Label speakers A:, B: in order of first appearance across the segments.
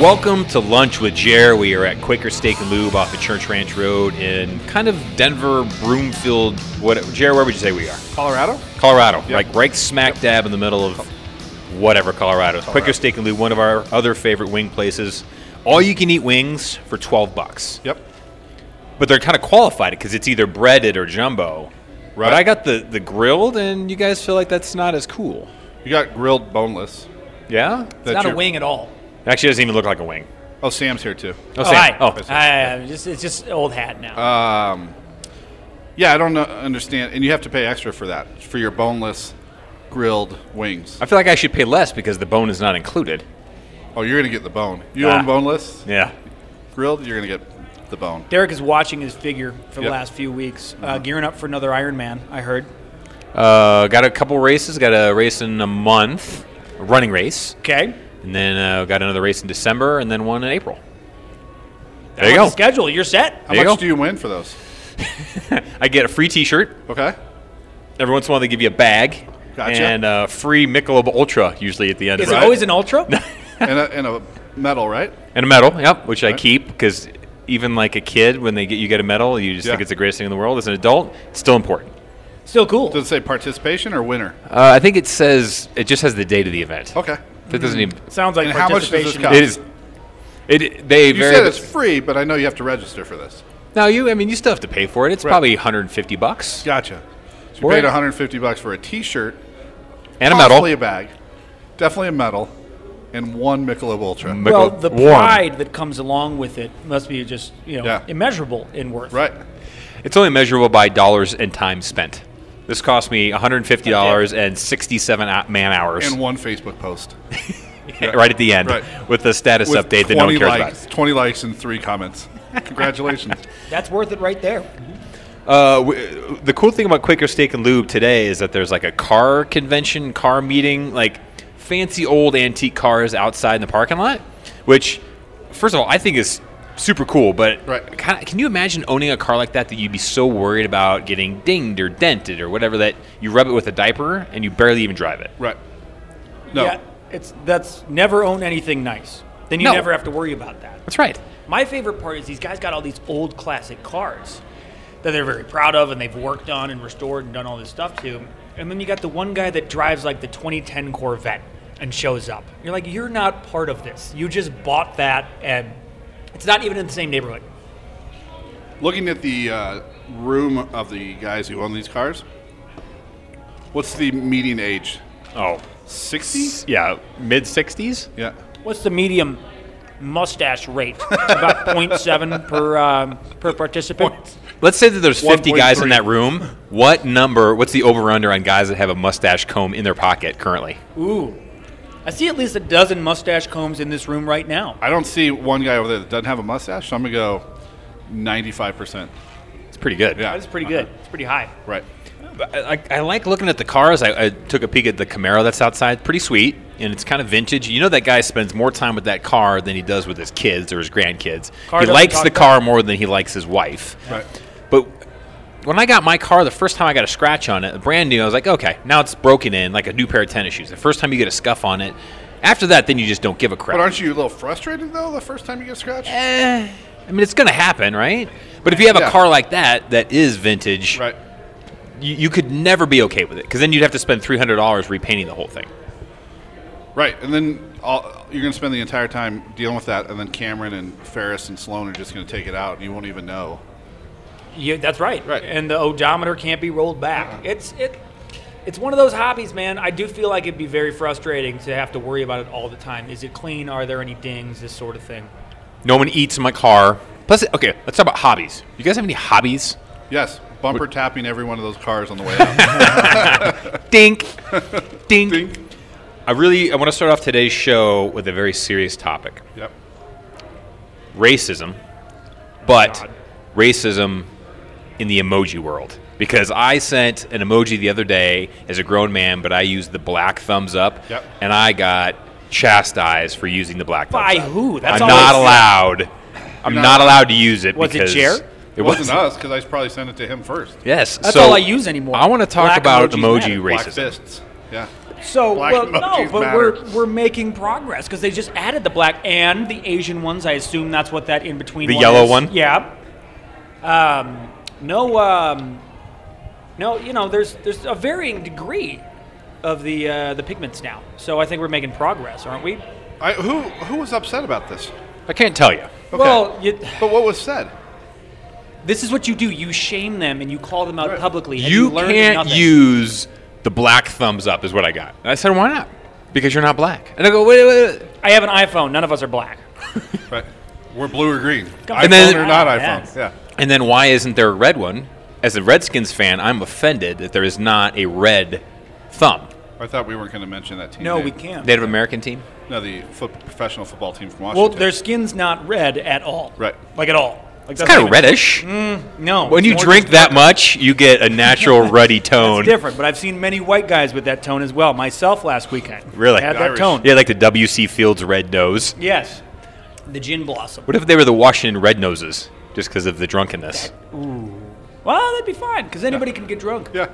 A: Welcome to Lunch with Jer. We are at Quaker Steak and Lube off of Church Ranch Road in kind of Denver, Broomfield. What, Jer, where would you say we are?
B: Colorado?
A: Colorado, like right smack dab in the middle of whatever Colorado. is. Quaker Steak and Lube, one of our other favorite wing places. All you can eat wings for twelve bucks,
B: Yep.
A: but they're kind of qualified because it's either breaded or jumbo. But
B: Right.
A: I got the the grilled, and you guys feel like that's not as cool.
B: You got grilled boneless.
A: Yeah,
B: That
C: It's not
B: you're-
C: a wing at all.
A: actually it doesn't even look like a wing.
B: Oh, Sam's here too.
A: Oh,
C: Oh,
A: Sam.
C: hi.
A: Oh,
C: Hi, I'm just, it's just old hat now.
B: Um, yeah, I don't know, understand, and you have to pay extra for that for your boneless grilled wings.
A: I feel like I should pay less because the bone is not included.
B: Oh, you're gonna get the bone. You
A: Ah.
B: own boneless
A: Yeah.
B: grilled. You're gonna get the bone.
C: Derek is watching his figure for the
B: Yep.
C: last few weeks, uh, gearing up for another Ironman. I heard.
A: Uh, got a couple races. Got a race in a month, a running race,
C: Okay.
A: and then uh, got another race in December, and then one in April. There
C: On
A: you
C: the
A: go.
C: Schedule. You're set.
B: How
A: There you
B: much
A: go.
B: do you win for those?
A: I get a free T-shirt.
B: Okay.
A: Every once in a while, they give you a bag
B: Gotcha.
A: and uh, free Michelob Ultra usually at the end
C: Is
A: of
C: it
A: it,
C: always an ultra?
B: and, a, and a medal, right?
A: and a medal. Yep, which I keep because even like a kid, when they get you get a medal, you just
B: Yeah.
A: think it's the greatest thing in the world. As an adult, it's still important.
C: Still cool.
B: Does it say participation or winner?
A: Uh, I think it says it just has the date of the event.
B: Okay.
A: That doesn't even.
C: Sounds like
B: And how much does this
C: participation.
B: cost?
A: It is. It they
B: You
A: very
B: said it's free, but I know you have to register for this.
A: No, you. I mean, you still have to pay for it. It's
B: Right.
A: probably 150 bucks
B: Gotcha. So you
A: Or-
B: paid 150 bucks for a T-shirt
A: and a
B: Possibly
A: medal.
B: a bag. Definitely a medal. And one Michelob Ultra.
A: Michelob
C: Well, the
A: Warm.
C: pride that comes along with it must be just you know
B: Yeah.
C: immeasurable in worth.
B: right.
A: It's only measurable by dollars and time spent. This cost me 150 dollars and 67 o- man hours
B: And one Facebook post.
A: right at the end
B: Right.
A: with the status
B: With
A: update that no one
B: 20
A: cares
B: likes, 20 likes and three comments. Congratulations.
C: That's worth it right there.
A: about. Uh, w- the cool thing about Quaker Steak and Lube today is that there's like a car convention, car meeting, like fancy old antique cars outside in the parking lot, which, first of all, I think is super cool. But
B: Right.
A: kinda, can you imagine owning a car like that that you'd be so worried about getting dinged or dented or whatever that you rub it with a diaper and you barely even drive it?
B: right. No.
C: Yeah, it's that's never own anything nice. Then you
A: No.
C: never have to worry about that.
A: That's right.
C: My favorite part is these guys got all these old classic cars that they're very proud of and they've worked on and restored and done all this stuff to. And then you got the one guy that drives like the 2010 Corvette and shows up. You're like, you're not part of this. You just bought that and it's not even in the same neighborhood.
B: Looking at the uh, room of the guys who own these cars, what's the median age?
A: Oh,
B: 60?
A: yeah, mid 60s.
B: Yeah.
C: What's the medium mustache rate? It's about 0.7 per, um, per participant.
A: Let's say that there's 50 guys in
B: 1.3.
A: that room. What number? What's the over under on guys that have a mustache comb in their pocket currently?
C: Ooh. I see at least a dozen mustache combs in this room right now.
B: I don't see one guy over there that doesn't have a mustache, so I'm going to go 95%.
A: It's pretty good.
B: Yeah.
C: That's pretty good. Uh-huh. It's pretty high.
B: Right.
A: I, I- I like looking at the cars. I, I took a peek at the Camaro that's outside. Pretty sweet, and it's kind of vintage. You know that guy spends more time with that car than he does with his kids or his grandkids.
C: Car
A: he
C: doesn't
A: likes
C: talk
A: the
C: back.
A: car more than he likes his wife.
B: Right.
A: But when I got my car, the first time I got a scratch on it, brand new, I was like, okay, now it's broken in like a new pair of tennis shoes. The first time you get a scuff on it, after that, then you just don't give a crap.
B: But aren't you a little frustrated though the first time you get scratched?
A: Eh, I mean, it's going to happen, right? But if you have
B: Yeah.
A: a car like that that is vintage,
B: Right.
A: you, you could never be okay with it because then you'd have to spend three hundred dollars repainting the whole thing.
B: Right. And then all, you're going to spend the entire time dealing with that, and then Cameron and Ferris and Sloan are just going to take it out, and you won't even know.
C: Yeah, that's right.
B: Right.
C: And the odometer can't be rolled back. It's it. It's one of those hobbies, man. I do feel like it'd be very frustrating to have to worry about it all the time. Is it clean? Are there any dings? This sort of thing.
A: No one eats in my car. Plus, okay, let's talk about hobbies. You guys have any hobbies?
B: Yes, bumper tapping every one of those cars on the way out.
A: Dink, dink. I really I want to start off today's show with a very serious topic:
B: yep.
A: racism, but
C: God.
A: racism in the emoji world. Because I sent an emoji the other day as a grown man, but I used the black thumbs up,
B: Yep.
A: and I got chastised for using the black thumbs
C: By
A: up.
C: who? That's
A: I'm
C: always-
A: not allowed. I'm
B: You're
A: not,
B: not
A: allowed to use it.
C: Was it
A: because
C: Jer?
A: It
B: It wasn't
A: wasn't.
B: us because I probably sent it to him first.
A: Yes.
C: That's
A: so
C: all I use anymore.
A: I want to talk
C: Black
A: about
C: emojis
A: emoji
C: matter.
B: Black
A: racism.
B: fists. Yeah.
C: So
B: Black
C: well, no,
B: emojis
C: but
B: matter.
C: we're we're making progress because they just added the black and the Asian ones. I assume that's what that in between
A: The
C: one
A: yellow
C: is.
A: one?
C: Yeah. Um, no. Um, no. You know, there's there's a varying degree of the uh, the pigments now. So I think we're making progress, aren't we?
B: I, who who was upset about this?
A: I can't tell you.
C: Well, you,
B: But what was said?
C: this is what you do. You shame them and you call them out
B: Right.
C: publicly. and
A: you
C: learned
A: can't
C: nothing.
A: use the black thumbs up is what I got. And I said, why not? Because you're not black. And I go, wait, wait, wait.
C: I have an iPhone. None of us are black.
B: Right. We're blue or green.
C: on,
B: iPhone
A: And then-
B: or not
C: ah,
B: iPhone.
C: yes.
B: Yeah.
A: And then why isn't there a red one? As a Redskins fan, I'm offended that there is not a red thumb.
B: I thought we weren't going to mention that team.
C: No,
B: name.
C: we can't.
A: Native American team?
B: No, the foot, professional football team from
C: Well,
B: Washington.
C: their skin's not red at all.
B: Right.
C: Like at all. Like
A: It's kind of reddish.
C: No.
A: When
C: Mm-hmm. it's
A: you
C: more
A: drink
C: just
A: that much, you get a natural ruddy tone.
C: It's different, but I've seen many white guys with that tone as well. Myself last weekend.
A: Really?
C: I had that
B: Irish.
C: tone.
A: Yeah, like the W.C. Fields red nose.
C: Yes. The gin blossom.
A: What if they were the Washington Red Noses just because of the drunkenness?
C: Well, that'd be fine because anybody can get drunk.
B: Yeah.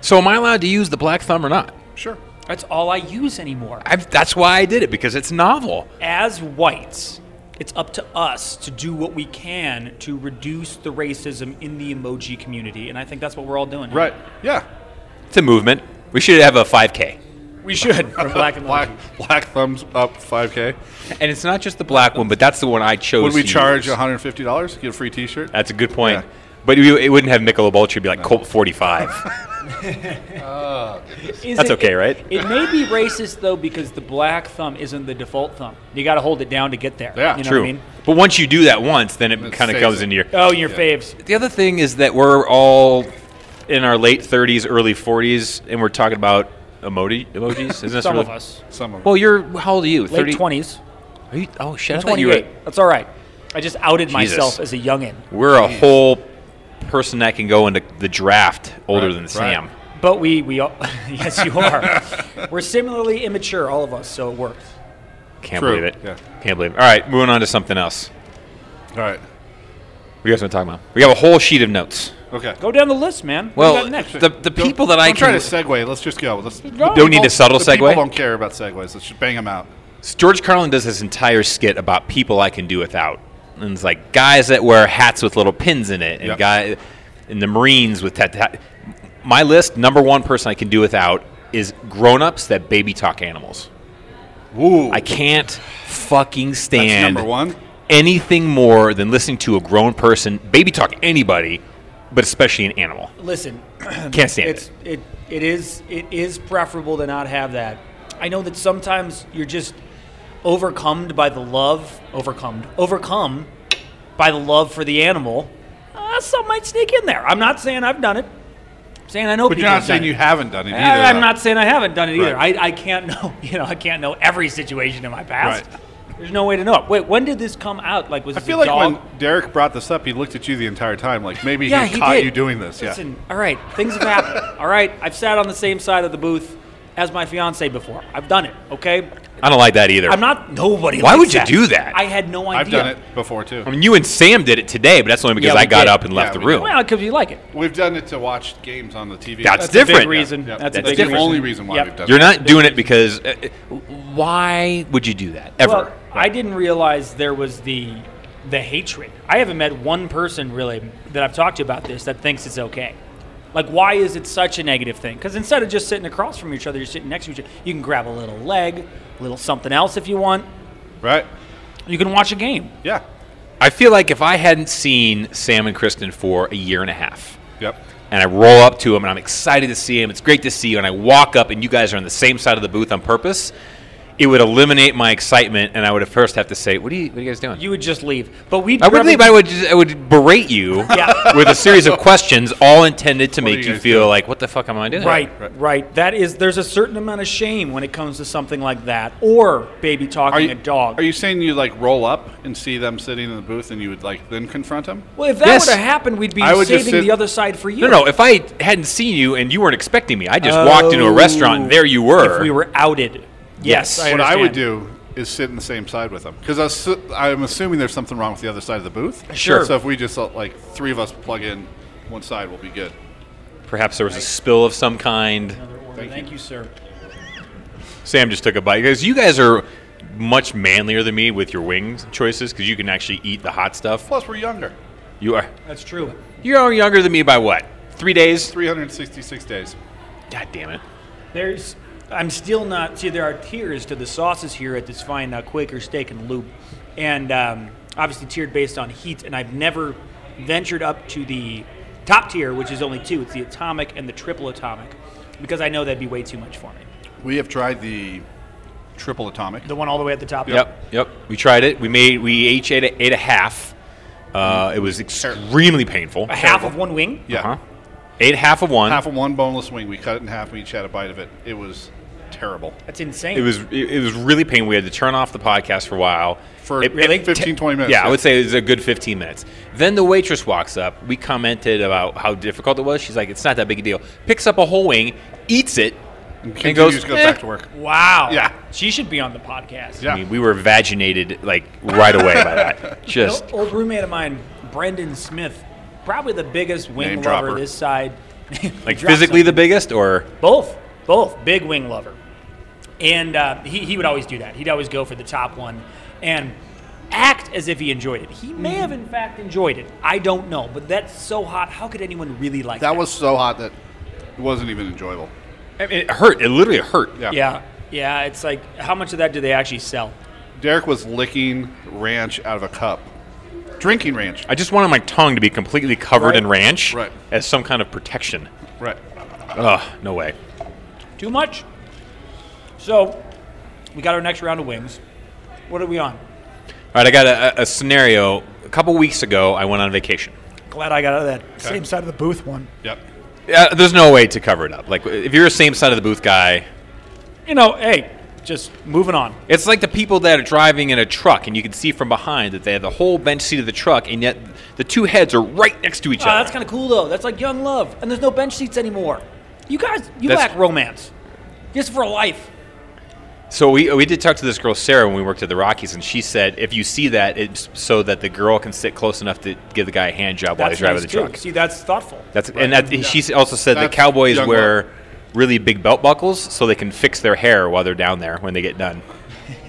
A: So am I allowed to use the black thumb or not?
B: Sure.
C: That's all I use anymore.
A: I've, that's why I did it because it's novel.
C: As whites, it's up to us to do what we can to reduce the racism in the emoji community, and I think that's what we're all doing.
B: Right. Yeah.
A: It's a movement. We should have a 5K.
C: We should for black and
B: Black black thumbs up 5K.
A: And it's not just the black one, but that's the one I chose.
B: Would we
A: to
B: charge
A: use.
B: $150 to get a free T-shirt?
A: That's a good point.
B: Yeah.
A: But you- it wouldn't have Michelob Ultra. It'd be like Colt 45.
C: Is
A: That's
C: it-
A: okay,
C: it-
A: right?
C: It may be racist though because the black thumb isn't the default thumb. You got to hold it down to get there.
B: Yeah,
C: you know
A: True.
C: What I mean?
A: But once you do that once, then it
B: It
A: kind of
B: stays
A: comes
B: it.
A: into your.
C: Oh, your faves.
A: The other thing is that we're all in our late 30s, early 40s, and we're talking about emoji emojis. Isn't this
C: Some
A: really-
C: of us.
B: Some of them.
A: Well, you're how old are you?
C: Late twenties.
A: Are you? Oh shit! I thought you were.
C: Twenty-eight. That's all right. I just outed myself as
A: Jesus.
C: a youngin.
A: We're a whole person that can go into the draft older
B: Right,
A: than
B: right.
A: Sam.
C: But we we all, yes you are. We're similarly immature, all of us, so it works.
A: Can't
B: True,
A: believe it.
B: yeah.
A: Can't believe. it. All right, moving on to something else.
B: All right.
A: What do you guys want to talk about? We have a whole sheet of notes.
B: Okay.
C: Go down the list, man. What do
A: Well,
C: you got next?
A: the, the people that
B: Don't
A: I
B: try
A: can
B: to segue. Let's just go. Let's
C: Go.
A: don't need a subtle
B: the People
A: segue.
B: don't care about segues. Let's just bang them out.
A: George Carlin does this entire skit about people I can do without, and it's like guys that wear hats with little pins in it, and
B: Yep.
A: guy, and the Marines with tat- tat- My list number one person I can do without is grown-ups that baby talk animals.
B: Woo.
A: I can't fucking stand
B: That's number one.
A: anything more than listening to a grown person baby talk anybody, but especially an animal.
C: Listen,
A: Can't stand
C: it's
A: it.
C: it it is it is preferable to not have that. I know that sometimes you're just overcome by the love, overcome, overcome by the love for the animal. Uh, some might sneak in there. I'm not saying I've done it. I'm saying I know.
B: But
C: people
B: you're not
C: have done
B: saying
C: it.
B: you haven't done it either.
C: I, am
B: though.
C: not saying I haven't done it either.
B: Right.
C: I, I can't know, you know, I can't know every situation in my past.
B: Right.
C: There's no way to know it. Wait, when did this come out? Like, was
B: I
C: this
B: feel
C: a
B: like
C: dog?
B: when Derek brought this up, he looked at you the entire time, like maybe
C: yeah,
B: he,
C: he
B: caught
C: did.
B: you doing this.
C: Listen,
B: yeah.
C: all right, things have happened. all right, I've sat on the same side of the booth as my fiance before. I've done it. Okay,
A: I don't like that either.
C: I'm not nobody.
A: Why would
C: likes
A: you do that?
C: I had no idea.
B: I've done it before too.
A: I mean, you and Sam did it today, but that's only because
C: Yeah,
A: I
C: we
A: got
C: did.
A: up and left
B: Yeah,
A: the
B: we did.
A: room.
C: Well, because you like it.
B: we've done it to watch games on the TV.
A: That's
C: That's a big
A: Different.
C: reason.
B: Yeah.
C: That's, a
A: That's
C: big
B: the
A: different.
B: only reason why
C: Yep.
B: we've done
A: You're
B: it.
A: not doing it because. Uh, uh, why would you do that ever?
C: Well, I didn't realize there was the the hatred. I haven't met one person really that I've talked to about this that thinks it's okay. Like, why is it such a negative thing? Because instead of just sitting across from each other, you're sitting next to each other. You can grab a little leg, a little something else if you want.
B: right.
C: You can watch a game.
B: Yeah.
A: I feel like if I hadn't seen Sam and Kristen for a year and a half,
B: Yep.
A: and I roll up to him and I'm excited to see him, it's great to see you, and I walk up and you guys are on the same side of the booth on purpose, it would eliminate my excitement, and I would at first have to say, "What are you? What are you guys doing?"
C: You would just leave. But we.
A: I would think I would just, I would berate you
C: Yeah.
A: with a series of questions, all intended to
B: What are
A: make
B: you
A: you
B: guys
A: feel
B: doing?
A: like, "What the fuck am I doing?"
C: Right, right,
B: Right.
C: That is, there's a certain amount of shame when it comes to something like that, or baby talking
B: Are you
C: a dog.
B: Are you saying you like roll up and see them sitting in the booth and you would like then confront them?
C: well, if that
A: Yes.
C: would have happened, we'd be
B: I would just
C: saving
B: sit-
C: the other side for you.
A: No, no. If I hadn't seen you and you weren't expecting me, I just walked into a restaurant and there you were.
C: Oh. If we were outed.
A: Yes.
C: Yes. I
B: what I would
C: understand.
B: do is sit in the same side with them because I'm assuming there's something wrong with the other side of the booth.
C: Sure.
B: So if we just uh, like three of us plug in one side, we'll be good.
A: Perhaps there was a spill of some kind.
C: Thank you, sir.
A: Sam just took a bite because you guys are much manlier than me with your wing choices because you can actually eat the hot stuff.
B: Plus, we're younger.
A: You are
C: That's true.
A: you are younger than me by what? Three days?
B: 366 days.
A: God damn it!
C: There's. I'm still not. See, there are tiers to the sauces here at this fine uh, Quaker Steak and Lube, and um, obviously tiered based on heat. And I've never ventured up to the top tier, which is only two. It's the atomic and the triple atomic, because I know that'd be way too much for me.
B: We have tried the triple atomic.
C: The one all the way at the top.
A: Yep, yep. We tried it. We made we each ate a, ate a half. Uh, it was extremely painful.
C: A half of one wing.
B: yeah.
A: Uh-huh. Ate half of one.
B: Half of one boneless wing. We cut it in half. We each had a bite of it. It was terrible.
C: That's insane.
A: It was it, it was really painful. We had to turn off the podcast for a while.
B: For
A: It-
C: really?
A: it-
B: 15, 20 minutes.
A: Yeah, I would say it was a good 15 minutes. Then the waitress walks up. We commented about how difficult it was. She's like, "It's not that big a deal." Picks up a whole wing, eats it, and,
B: Continues,
A: goes,
B: goes
A: "Eh."
B: back to work.
C: wow.
B: Yeah.
C: She should be on the podcast.
B: Yeah.
A: I mean, we were vaginated like right away by that.
C: An
A: Just
C: old roommate of mine, Brendan Smith, probably the biggest wing
B: Name
C: lover
B: dropper.
C: this side.
A: like physically the biggest, or
C: Both, both, big wing lover. And uh, he, he would always do that. He'd always go for the top one and act as if he enjoyed it. He may have, in fact, enjoyed it. I don't know, but that's so hot. How could anyone really like that?
B: That was so hot that it wasn't even enjoyable.
A: I mean, it hurt. It literally hurt.
B: Yeah.
C: yeah, yeah. It's like, how much of that do they actually sell?
B: Derek was licking ranch out of a cup. Drinking ranch.
A: I just wanted my tongue to be completely covered
C: Right.
A: in ranch
B: Right.
A: as some kind of protection.
B: Right.
A: Ugh, no way.
C: Too much? So, we got our next round of wings. What are we on?
A: All right, I got a, a- a scenario. A couple weeks ago, I went on vacation.
C: Glad I got out of that same side of the booth one.
B: Yep.
A: Yeah, Uh, there's no way to cover it up. Like if you're a same side of the booth guy,
C: You know, hey, just moving on.
A: it's like the people that are driving in a truck, and you can see from behind that they have the whole bench seat of the truck, and yet the two heads are right next to each
C: Ah,
A: other.
C: that's kind of cool though. That's like young love, and there's no bench seats anymore. You guys, you
A: That's-
C: lack romance, just for life.
A: So we, we did talk to this girl Sarah when we worked at the Rockies, and she said if you see that, it's so that the girl can sit close enough to give the guy a hand job while he's
C: That's
A: driving
C: nice,
A: the
C: too.
A: truck.
C: See, that's thoughtful.
A: That's and that, she also said that
B: That's
A: cowboys
B: young
A: wear really big belt buckles so they can fix their hair while they're down there when they get done.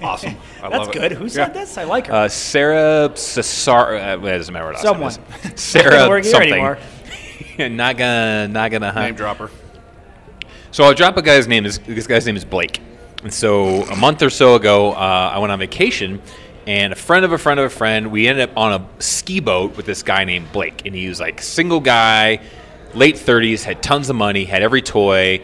B: Awesome. I
C: that's
B: love
C: good.
B: It.
C: Who said this? I like her.
A: Uh, Sarah Cesar. Uh, well, it doesn't matter what last name
C: Someone.
A: is. Sarah
C: Doesn't work here
A: something.
C: anymore.
A: not gonna, not gonna hunt.
B: Name dropper.
A: So I'll drop a guy's name. This, this guy's name is Blake. And so a month or so ago, uh, I went on vacation, and a friend of a friend of a friend, we ended up on a ski boat with this guy named Blake, and he was like single guy, late thirties, had tons of money, had every toy,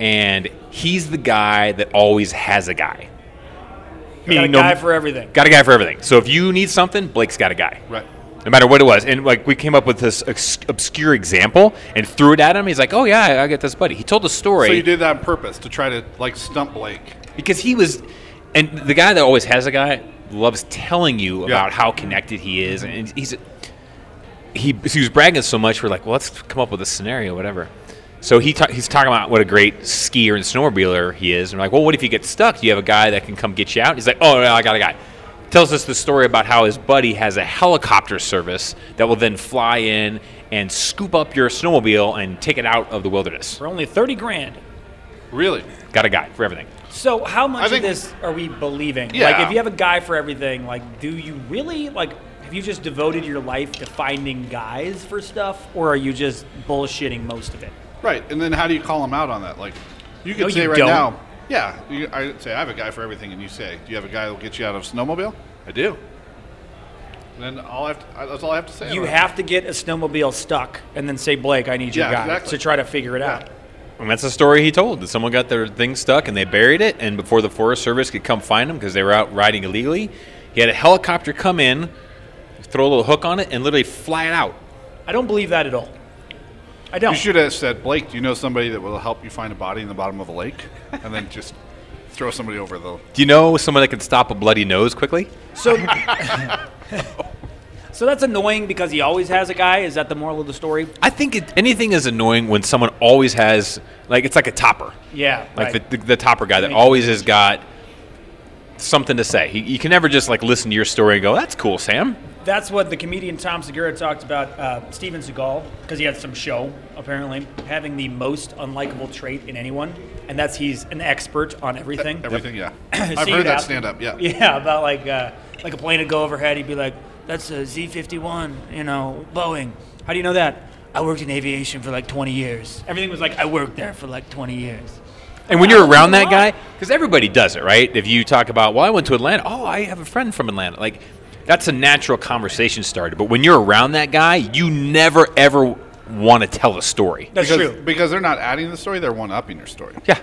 A: and he's the guy that always has a guy.
C: got a
A: Meaning no-
C: guy for everything.
A: Got a guy for everything. So if you need something, Blake's got a guy.
B: Right.
A: No matter what it was, and like we came up with this ex- obscure example and threw it at him. He's like, "Oh yeah, I, I get this, buddy." He told the story
B: So you did that on purpose to try to like stump Blake.
A: because he was, and the guy that always has a guy loves telling you about how connected he is, and he's he, he was bragging so much. We're like, well, let's come up with a scenario, whatever. So he ta- he's talking about what a great skier and snowmobiler he is, and we're like, well, what if you get stuck? Do you have a guy that can come get you out? He's like, oh no, I got a guy. Tells us the story about how his buddy has a helicopter service that will then fly in and scoop up your snowmobile and take it out of the wilderness.
C: For only thirty grand.
B: Really?
A: Got a guy for everything.
C: So, how much
B: I think-
C: of this are we believing? Like,
B: Yeah.
C: if you have a guy for everything, like, do you really like? Have you just devoted your life to finding guys for stuff, or are you just bullshitting most of it?
B: Right. And then how do you call him out on that? Like, you could
C: No,
B: say
C: you
B: right
C: don't.
B: now, yeah, you, I say, I have a guy for everything. And you say, do you have a guy that will get you out of a snowmobile? I do. And then all I have to, I, that's all I have to say.
C: You
B: about it.
C: have to get a snowmobile stuck, and then say, Blake, I need your
B: Yeah,
C: guy
B: exactly.
C: to try to figure it out.
A: And that's the story he told. That someone got their thing stuck and they buried it, and before the Forest Service could come find him because they were out riding illegally, he had a helicopter come in, throw a little hook on it, and literally fly it out.
C: I don't believe that at all. I don't.
B: You should have said, Blake, do you know somebody that will help you find a body in the bottom of a lake? And then just throw somebody over the.
A: Do you know someone that can stop a bloody nose quickly?
C: So, so that's annoying because he always has a guy. Is that the moral of the story?
A: I think it, anything is annoying when someone always has, like, it's like a topper.
C: Yeah.
A: Like the, the, the topper guy that always has got something to say. He, you can never just, like, listen to your story and go, that's cool, Sam.
C: that's what the comedian Tom Segura talked about uh, Steven Seagal because he had some show apparently having the most unlikable trait in anyone, and that's he's an expert on everything.
B: Everything, yeah.
C: So
B: I've
C: you'd
B: heard that
C: ask him-
B: stand up. Yeah.
C: Yeah, about like uh, like a plane to go overhead. He'd be like, "That's a Z-51, you know, Boeing." How do you know that? I worked in aviation for like 20 years. Everything was like I worked there for like 20 years.
A: And when you're
C: Oh,
A: around that
C: wow.
A: guy, because everybody does it, right? If you talk about, well, I went to Atlanta. Oh, I have a friend from Atlanta. Like, that's a natural conversation starter. But when you're around that guy, you never ever want to tell a story.
C: That's
B: because,
C: true.
B: Because they're not adding to the story, they're one upping your story.
A: Yeah,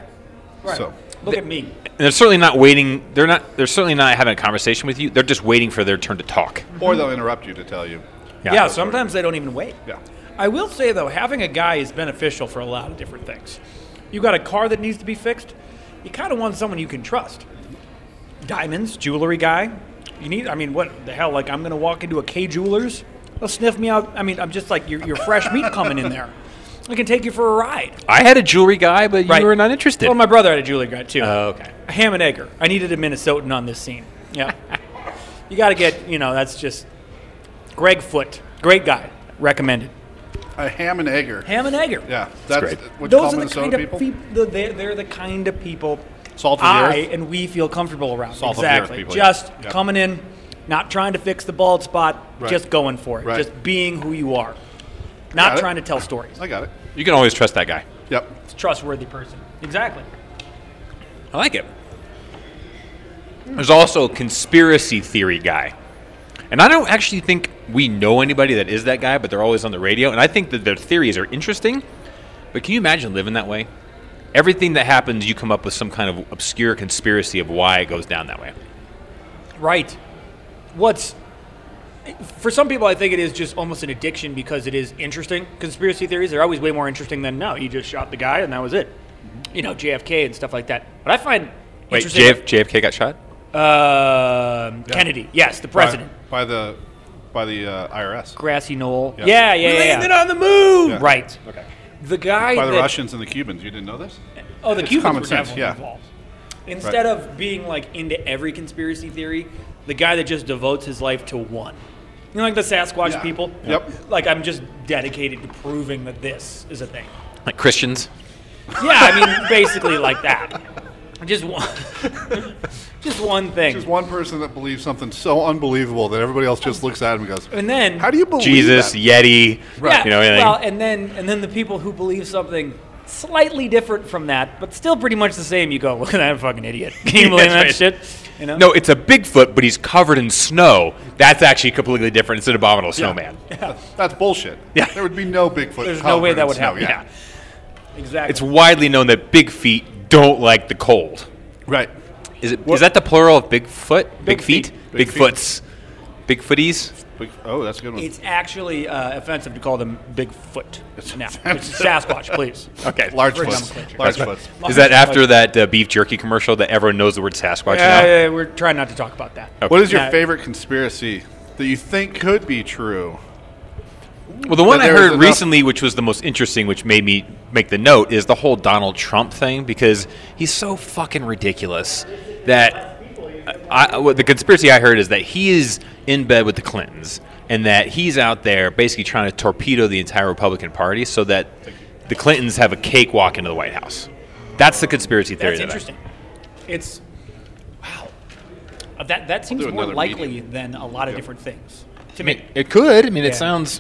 B: So
C: Look at me.
A: and they're certainly not waiting. They're not. They're certainly not having a conversation with you. They're just waiting for their turn to talk.
B: or they'll interrupt you to tell you.
C: Yeah, sometimes they don't even wait.
B: Yeah.
C: I will say though, having a guy is beneficial for a lot of different things. You got a car that needs to be fixed. You kind of want someone you can trust. Diamonds, jewelry guy. You need. I mean, what the hell? Like, I'm gonna walk into a K Jewelers. They'll sniff me out. I mean, I'm just like your, your fresh meat coming in there. I can take you for a ride.
A: I had a jewelry guy, but you were not interested.
C: Well, my brother had a jewelry guy too.
A: Oh, okay.
C: A ham and egger. I needed a Minnesotan on this scene. Yeah. you got to get. You know, that's just Greg Foot. Great guy. Recommended.
B: A ham and egger.
C: Ham and egger.
B: Yeah. That's
A: great.
B: what you
C: Those
B: call
C: are the
B: Minnesota
C: kind of
B: people.
C: people. they're, they're the kind of people
B: Salt of the
C: I
B: earth.
C: and we feel comfortable around.
B: Salt of the earth
C: exactly.
B: people, yeah.
C: just
B: Yeah.
C: coming in, not trying to fix the bald spot,
B: Right.
C: just going for it,
B: Right.
C: just being who you are, not
B: Got it.
C: trying to tell stories.
B: I got it.
A: you can always trust that guy.
B: Yep.
C: It's a trustworthy person. Exactly.
A: I like it. There's also a conspiracy theory guy. And I don't actually think we know anybody that is that guy, but they're always on the radio. And I think that their theories are interesting. But can you imagine living that way? Everything that happens, you come up with some kind of obscure conspiracy of why it goes down that way.
C: Right. What's for some people, I think it is just almost an addiction because it is interesting. Conspiracy theories are always way more interesting than no, you just shot the guy and that was it.
B: Mm-hmm.
C: You know, JFK and stuff like that. But I find
A: Wait,
C: interesting-
A: JF, JFK got shot?
C: Um, Kennedy, yes, the president.
B: By, by the by the uh, IRS.
C: Grassy knoll.
B: Yeah.
C: Yeah, yeah, yeah. yeah.
A: on the moon!
B: Yeah.
C: Right.
B: Okay.
C: The guy.
B: By the
C: that-
B: Russians and the Cubans. You didn't know this?
C: Oh, the
B: It's
C: Cubans
B: common
C: were
B: sense,
C: definitely
B: yeah.
C: involved. Instead of being like into every conspiracy theory, the guy that just devotes his life to one. You know, like the Sasquatch
B: Yeah.
C: people.
B: Yep.
C: Like I'm just dedicated to proving that this is a thing.
A: Like Christians?
C: Yeah, I mean, basically like that. Just one. just one thing.
B: There's one person that believes something so unbelievable that everybody else just looks at him and goes,
C: and then
B: "How do you believe
A: Jesus,
B: that?"
A: Yeti,
C: Yeah,
A: you know, anything.
C: well, and then and then the people who believe something slightly different from that, but still pretty much the same. You go, look at that fucking idiot. Can you believe
A: That's
C: that
A: right.
C: shit? You know?
A: no, it's a Bigfoot, but he's covered in snow. That's actually completely different. It's an abominable snowman.
B: That's bullshit.
A: Yeah.
B: There would be no Bigfoot.
C: There's no
B: covered
C: way that
B: in
C: would
B: snow.
C: happen.
B: Yeah.
C: exactly.
A: It's widely known that big feet don't like the cold.
B: Right.
A: Is it? Is that the plural of big foot? Big, feet?
C: feet.
A: Big,
B: Big feet.
A: foots? Big footies?
B: Big- Oh, that's a good one.
C: It's actually uh, offensive to call them Bigfoot now. It's
B: offensive.
C: Sasquatch, please.
A: Okay.
B: large
C: for
B: foots.
C: nomenclature.
B: Large foots.
A: Is that after that uh, beef jerky commercial that everyone knows the word Sasquatch
C: Yeah,
A: now?
C: yeah, yeah, we're trying not to talk about that.
A: Okay.
B: What is your
C: Yeah.
B: favorite conspiracy that you think could be true?
A: Well, the one
B: But
A: I
B: there was
A: heard
B: enough-
A: recently, which was the most interesting, which made me make the note, is the whole Donald Trump thing because he's so fucking ridiculous that I, I- what the conspiracy I heard is that he is in bed with the Clintons and that he's out there basically trying to torpedo the entire Republican Party so that the Clintons have a cakewalk into the White House. That's the conspiracy theory.
C: That's
A: that I-
C: interesting. It's wow. Uh, That that seems
B: do
C: more
B: another
C: likely
B: medium.
C: than a lot of
B: Yep.
C: different things to
A: I mean,
C: me.
A: it could. I mean,
C: Yeah.
A: it sounds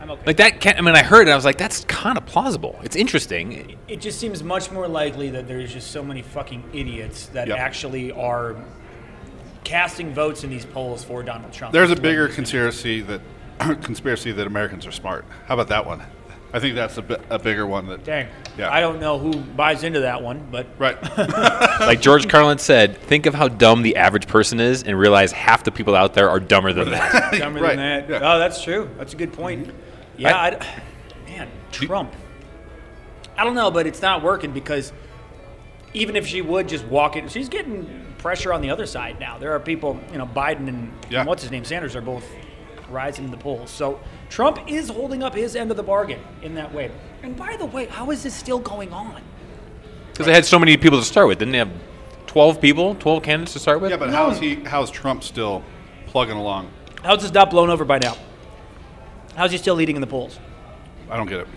C: I'm okay.
A: like that. Can, I mean, I heard it. I was like, that's kind of plausible. It's interesting.
C: It just seems much more likely that there's just so many fucking idiots that
B: Yep.
C: actually are casting votes in these polls for Donald Trump.
B: There's a bigger conspiracy that conspiracy that Americans are smart. How about that one? I think that's a, bi- a bigger one that.
C: Dang.
B: Yeah.
C: I don't know who buys into that one, but
B: Right.
A: like George Carlin said, think of how dumb the average person is and realize half the people out there are dumber than that.
C: dumber
B: Right,
C: than that.
B: yeah. Mm-hmm.
C: Oh, that's true. That's a good point. Yeah, I, man, Trump. I don't know, but it's not working because even if she would just walk in, she's getting pressure on the other side now. There are people, you know, Biden and
B: Yeah.
C: what's his name, Sanders are both rising in the polls. So Trump is holding up his end of the bargain in that way. And by the way, how is this still going on?
A: Because they had so many people to start with. Didn't they have 12 people, 12 candidates to start with?
B: yeah, but how's he? How's Trump still plugging along?
C: How's this not blown over by now? How's he still leading in the polls?
B: I don't get it.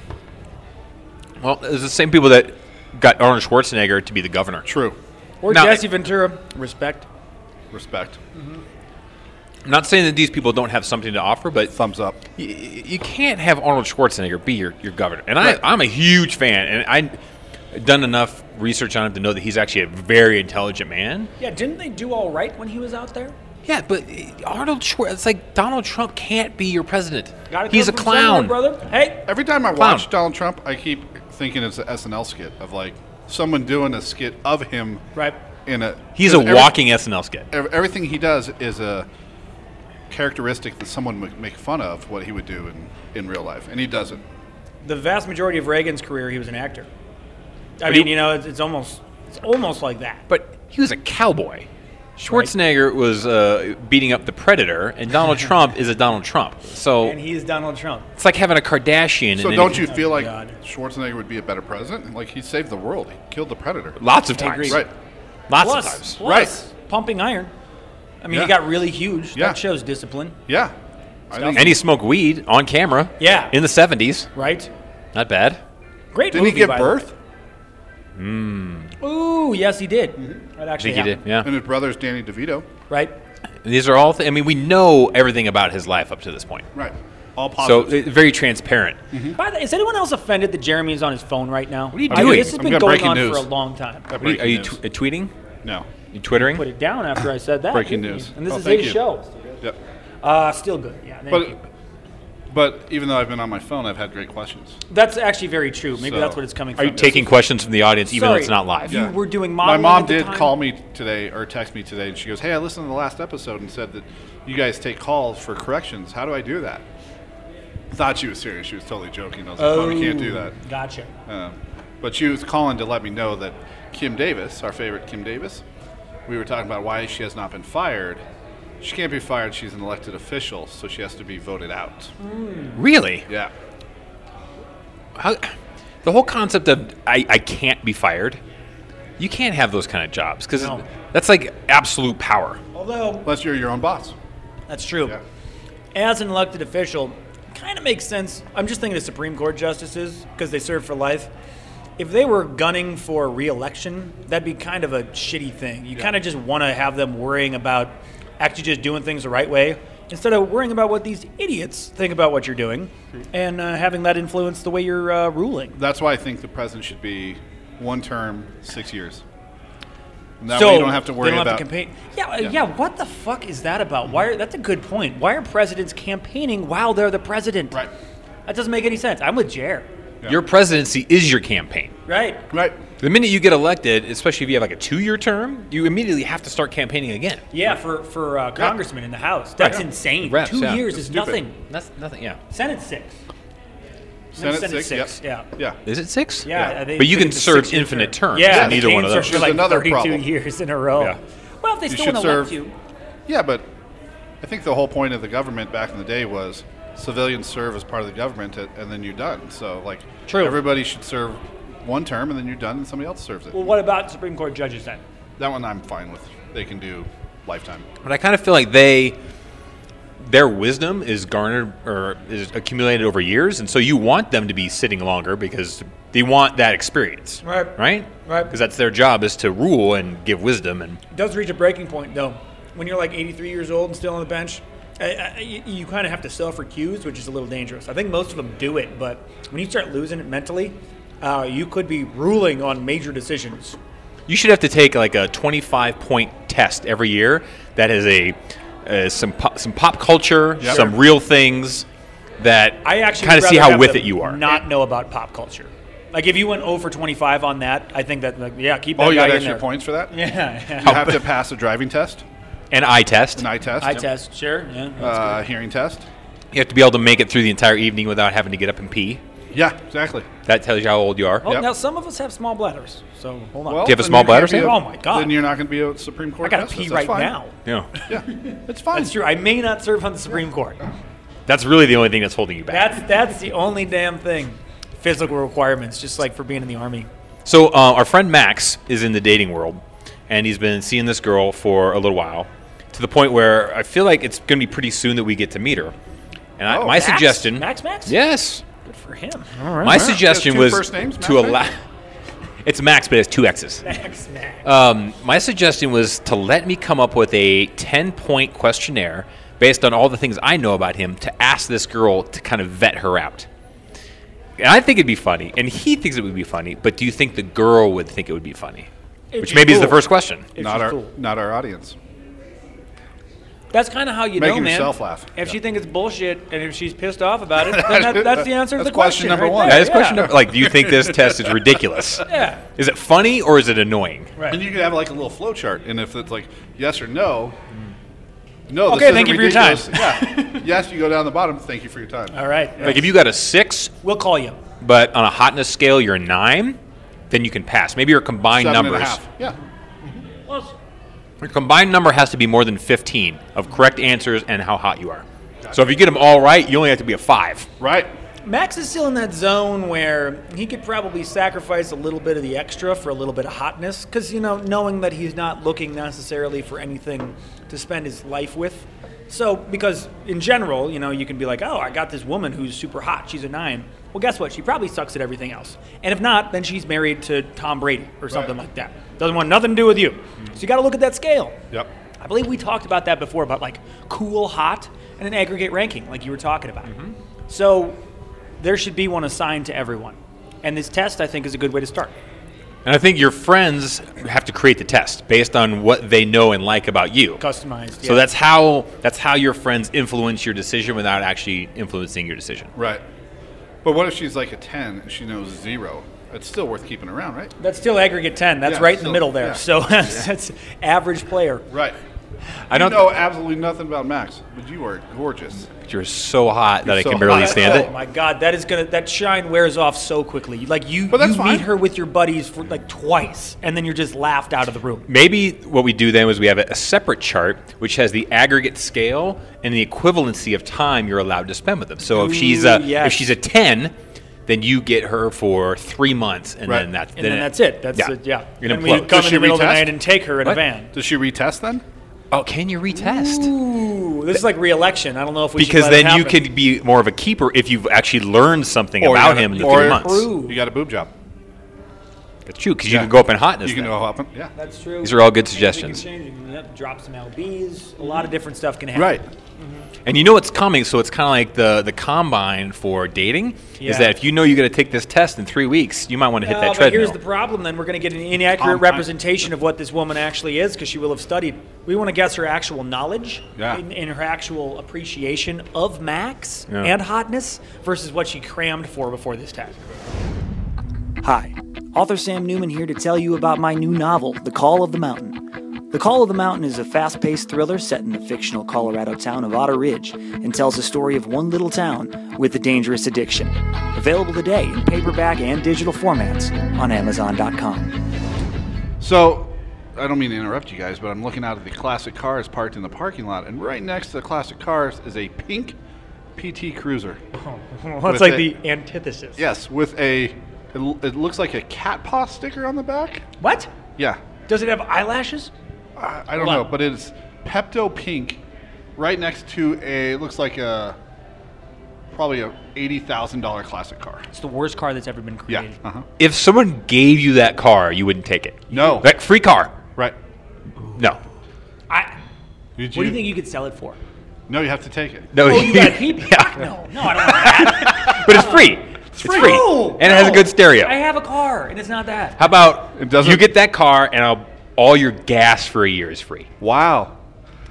A: Well, it's the same people that got Arnold Schwarzenegger to be the governor.
B: True.
C: Or
A: Now-
C: Jesse Ventura? Respect.
B: Respect.
A: I'm not saying that these people don't have something to offer, but
B: Thumbs up.
A: you, you can't have Arnold Schwarzenegger be your, your governor. And
B: Right.
A: I, I'm a huge fan, and I've done enough research on him to know that he's actually a very intelligent man.
C: Yeah, didn't they do all right when he was out there?
A: Yeah, but Arnold Schwarzenegger, it's like Donald Trump can't be your president.
C: Gotta
A: he's a
C: come from
A: clown.
C: somewhere, brother. Hey,
B: Every time I
A: Clown.
B: watch Donald Trump, I keep thinking it's an SNL skit of like someone doing a skit of him.
C: Right.
B: In a
A: He's
B: 'cause
A: a
B: every-
A: walking SNL skit.
B: ev- everything he does is a characteristic that someone would make fun of what he would do in, in real life, and he doesn't.
C: the vast majority of Reagan's career, he was an actor. I
A: But
C: mean,
A: he-
C: you know, it's, it's almost it's almost like that.
A: But he was a cowboy. Schwarzenegger was uh, beating up the predator, and Donald Trump is a Donald Trump. So
C: And he's Donald Trump.
A: it's like having a Kardashian.
B: So
A: and
B: don't you feel like
C: God.
B: Schwarzenegger would be a better president? Like he saved the world, he killed the predator.
A: Lots of
C: I agree.
A: times.
B: Right.
A: Lots
C: Plus,
A: of times.
C: plus, pumping iron. I mean,
B: Yeah.
C: he got really huge.
B: Yeah.
C: That shows discipline,
B: Yeah. I think,
A: And he smoked weed on camera.
C: Yeah.
A: In the 70s.
C: right?
A: Not bad.
C: Great
B: didn't he
C: movie.
B: give
C: by the way.
B: birth?
C: Ooh, yes, he did. That
A: I
C: actually
A: think he did.
C: happened,
A: Yeah.
B: And his brother's Danny DeVito.
C: Right?
A: These are all, th- I mean, we know everything about his life up to this point.
B: Right. All
A: So
B: positive.
A: uh, very transparent.
C: By the, is anyone else offended that Jeremy's on his phone right now? What
A: are you
C: I mean,
A: doing?
C: this has
B: I'm
C: been
B: got
C: going
B: breaking
C: on
B: news.
C: for a long time.
B: That
A: What are you, are
B: breaking
A: you
B: news.
A: tw- uh, tweeting?
B: no.
A: You twittering?
C: Put it down after I said that.
B: Breaking
C: didn't you?
B: news.
C: And this
B: Oh,
C: is
B: thank
C: his
B: you.
C: show.
B: Yep.
C: Uh, still good. Yeah. thank you.
B: But but even though I've been on my phone, I've had great questions.
C: that's actually very true. Maybe
B: So-
C: that's what it's coming
A: Are
C: from.
A: you taking questions from the audience even though it's
C: Sorry.
A: not live?
C: You Yeah. were doing
B: My
C: modeling
B: mom
C: at the
B: did
C: time?
B: call me today or text me today, and she goes, "Hey, I listened to the last episode and said that you guys take calls for corrections. How do I do that?" Thought she was serious. She was totally joking. I was like, "Oh, we can't do that."
C: Gotcha.
B: Um, but she was calling to let me know that Kim Davis, our favorite Kim Davis, we were talking about why she has not been fired. She can't be fired. She's an elected official, so she has to be voted out.
A: Really?
B: Yeah.
A: How, the whole concept of I, I can't be fired, you can't have those kind of jobs because
C: No.
A: that's like absolute power.
C: Although
B: Unless you're your own boss.
C: that's true.
B: Yeah.
C: As an elected official, kind of makes sense. I'm just thinking of Supreme Court justices because they serve for life. If they were gunning for re-election, that'd be kind of a shitty thing. You kind of just want to have them worrying about actually just doing things the right way instead of worrying about what these idiots think about what you're doing and uh, having that influence the way you're uh, ruling.
B: That's why I think the president should be one term, six years. And that
C: so
B: way you don't have to
C: they
B: worry
C: don't have
B: about.
C: to campaign. Yeah, uh,
B: Yeah.
C: yeah, What the fuck is that about? Why? Are, that's a good point. Why are presidents campaigning while they're the president?
B: Right.
C: That doesn't make any sense. I'm with Jer.
B: Yeah.
A: Your presidency is your campaign.
C: Right.
B: Right.
A: The minute you get elected, especially if you have like a two-year term, you immediately have to start campaigning again.
C: Yeah, for for uh, congressmen in the House, that's insane.
A: Reps,
C: Two
A: yeah.
C: years is
B: Stupid.
C: nothing.
A: That's nothing. Yeah.
C: Senate six.
B: Senate,
C: Senate
B: six.
C: six,
B: yep.
C: yeah.
B: Yeah.
A: Is it six?
C: Yeah,
B: Yeah.
C: I think
A: But you
C: they
A: can
C: get the
A: serve
C: six-year
A: infinite
C: term.
A: terms.
C: Yeah,
A: in either
C: they
A: one of
C: serve
A: those.
B: serve-
C: for
B: Which is
C: like
B: another
C: 32
B: problem.
C: years in a row.
A: Yeah.
C: Well, if they
B: You
C: still
B: should
C: want to elect
B: serve-
C: you,
B: Yeah, but I think the whole point of the government back in the day was civilians serve as part of the government, a- and then you're done. So like,
C: True.
B: Everybody should serve one term, and then you're done, and somebody else serves it.
C: well, what about Supreme Court judges then?
B: that one I'm fine with. They can do lifetime.
A: But I kind of feel like they, their wisdom is garnered or is accumulated over years, and so you want them to be sitting longer because they want that experience.
C: Right.
A: Right.
C: Right.
A: Because that's their job is to rule and give wisdom. And
C: It does reach a breaking point though. When you're like 83 years old and still on the bench, I, I, you, you kind of have to sell for cues, which is a little dangerous. I think most of them do it, but when you start losing it mentally, uh, you could be ruling on major decisions.
A: you should have to take like a 25 point test every year that is a uh, some pop, some pop culture,
B: Yep.
A: some real things that
C: I actually
A: kind of
C: would
A: see
C: rather
A: how
C: have
A: with
C: them
A: it you are.
C: Not know about pop culture. Like if you went 0 for 25 on that, I think that like, yeah, keep that
B: Oh, you
C: guy
B: got
C: in
B: extra
C: there.
B: points for that?
C: Yeah, yeah.
B: You have to pass a driving test,
A: an eye test.
B: an eye test,
C: Eye test, sure. Yeah, that's
B: uh, hearing test.
A: You have to be able to make it through the entire evening without having to get up and pee.
B: Yeah, exactly.
A: That tells you how old you are.
C: good. Oh,
B: yep.
C: now some of us have small bladders, so hold on.
B: Well,
A: Do you have a
B: then
A: small
B: you're
A: bladder
B: gonna be
A: syndrome?
B: a-
C: Oh, my God.
B: Then you're not going to be a Supreme
C: I
B: Court.
C: gotta
B: justice.
C: pee
B: That's
C: right
B: fine.
C: now.
A: Yeah.
B: Yeah, it's fine.
C: That's true. I may not serve on the Supreme Court.
A: That's really the only thing that's holding you back.
C: That's that's the only damn thing. Physical requirements, just like for being in the army.
A: so uh, our friend Max is in the dating world, and he's been seeing this girl for a little while. to the point where I feel like it's going to be pretty soon that we get to meet her. And I,
B: Oh,
A: my
B: Max?
A: suggestion,
C: Max Max?
A: yes,
C: Good for him. All right.
A: my
B: Wow.
A: suggestion
B: Two
A: was
B: first names, Max,
A: to
B: Max?
A: allow. It's Max, but it has two X's.
C: Max Max.
A: Um, my suggestion was to let me come up with a 10 point questionnaire based on all the things I know about him to ask this girl to kind of vet her out. And I think it'd be funny, and he thinks it would be funny, but do you think the girl would think it would be funny?
C: It'd
A: Which
C: be
A: maybe is the
C: cool.
A: first question.
C: If
B: not
C: she's
B: our
C: cool.
B: not our audience.
C: That's kind of how you
B: Making
C: know, man.
B: yourself laugh.
C: If
B: Yeah.
C: she thinks it's bullshit and if she's pissed off about it, then that, that's the answer to
B: That's
C: the
B: question
C: question.
B: number
C: right
B: one.
C: there.
A: That is
C: yeah.
A: question number. Like, do you think this test is ridiculous?
C: Yeah.
A: Is it funny or is it annoying?
C: Right.
B: And you could have like a little flow chart, and if it's like yes or no, no.
C: Okay,
B: this isn't
C: thank you for your time.
B: ridiculous. Yeah. yes, you go down the bottom. Thank you for your time.
C: All right.
A: Like, if you got a six,
C: We'll call you.
A: but on a hotness scale you're a nine, then you can pass. Maybe your combined
B: Seven and a
A: numbers.
B: half. Yeah.
A: Your combined number has to be more than 15 of correct answers and how hot you are. So if you get them all right, you only have to be a five.
B: Right.
C: Max is still in that zone where he could probably sacrifice a little bit of the extra for a little bit of hotness because, you know, knowing that he's not looking necessarily for anything to spend his life with. So, because in general, you know, you can be like, oh, I got this woman who's super hot. She's a nine. Well, guess what? She probably sucks at everything else. And if not, then she's married to Tom Brady or something like that. Doesn't want nothing to do with you. So you got to look at that scale.
B: Yep.
C: I believe we talked about that before about like cool, hot, and an aggregate ranking, like you were talking about.
B: Mm-hmm.
C: So there should be one assigned to everyone. And this test, I think, is a good way to start.
A: And I think your friends have to create the test based on what they know and like about you.
C: Customized.
A: So that's how that's how your friends influence your decision without actually influencing your decision.
B: Right. But what if she's like a ten and she knows zero? It's still worth keeping around, right?
C: that's still aggregate 10. That's
B: Yeah,
C: right in the
B: so-
C: middle there.
B: yeah.
C: So that's, that's average player.
B: Right.
A: I
B: You
A: don't
B: know absolutely nothing about Max, but you are gorgeous.
A: think you're so hot that I
B: so
A: can barely
B: hot.
A: stand
C: Oh
A: it.
C: my God, that is gonna that shine wears off so quickly. Like you,
B: But that's
C: you
B: fine.
C: meet her with your buddies for like twice, and then you're just laughed out of the room.
A: Maybe what we do then is we have a separate chart which has the aggregate scale and the equivalency of time you're allowed to spend with them. So if she's
C: Ooh,
A: a
C: yes.
A: if she's a ten, then you get her for three months, and
B: Right.
A: then that's
C: And then, that's it. That's it. Yeah.
A: You're gonna
C: and we
A: plug.
C: come
B: Does
C: in
B: she
C: the middle of the
B: retest?
C: night and take her in a
A: What?
C: van.
B: Does she retest then?
A: Oh, can you retest?
C: Ooh, this is like re-election. I don't know if we should
A: Because
C: let it
A: then you
C: happen.
A: could be more of a keeper if you've actually learned something
B: Or you
A: about
B: gotta-
A: him in the
B: or
A: three months.
C: prove- Ooh.
B: You got a boob job.
A: That's true, because you
B: Yeah.
A: can go up in hotness.
B: You can
A: then.
B: go up. and- Yeah.
C: That's true.
A: These are all good suggestions.
C: You can change it. Yep, drop some lbs. A lot of different stuff can happen.
B: Right.
A: And you know it's coming, so it's kind of like the, the combine for dating.
C: Yeah.
A: Is that if you know you're going to take this test in three weeks, you might want to hit
C: No,
A: that
C: Uh, but
A: treadmill.
C: here's the problem. Then we're going to get an inaccurate
B: Um, I-
C: representation of what this woman actually is because she will have studied. We want to guess her actual knowledge
B: Yeah.
C: and, and her actual appreciation of Max
A: Yeah.
C: and hotness versus what she crammed for before this test. Hi, author Sam Newman here to tell you about my new novel, The Call of the Mountain. The Call of the Mountain is a fast paced thriller set in the fictional Colorado town of Otter Ridge and tells the story of one little town with a dangerous addiction. Available today in paperback and digital formats on Amazon.com.
B: So, I don't mean to interrupt you guys, but I'm looking out at the classic cars parked in the parking lot, and right next to the classic cars is a pink PT Cruiser.
C: Well,
B: it's like the
C: antithesis.
B: Yes, with a it, l- it looks like a cat paw sticker on the back.
C: What?
B: Yeah,
C: Does it have eyelashes?
B: I, I don't
C: Hold
B: know,
C: on.
B: but it's Pepto Pink, right next to a it looks like a probably a eighty thousand dollar classic car.
C: It's the worst car that's ever been
B: Yeah,
C: created.
B: uh huh.
A: if someone gave you that car, you wouldn't take it.
B: No,
A: Like, free car.
B: right.
A: No.
C: I,
B: Did
C: what do you think you could sell it for?
A: Oh,
B: No, you have to take it.
A: No.
C: Oh, you got people? Fuck no. No, I don't want that.
A: but it's free. It's free.
C: No,
A: and it has a
C: no.
A: good stereo.
C: I have a car, and it's not that.
A: How about
B: It doesn't-
A: you get that car and I'll, all your gas for a year is free?
B: Wow.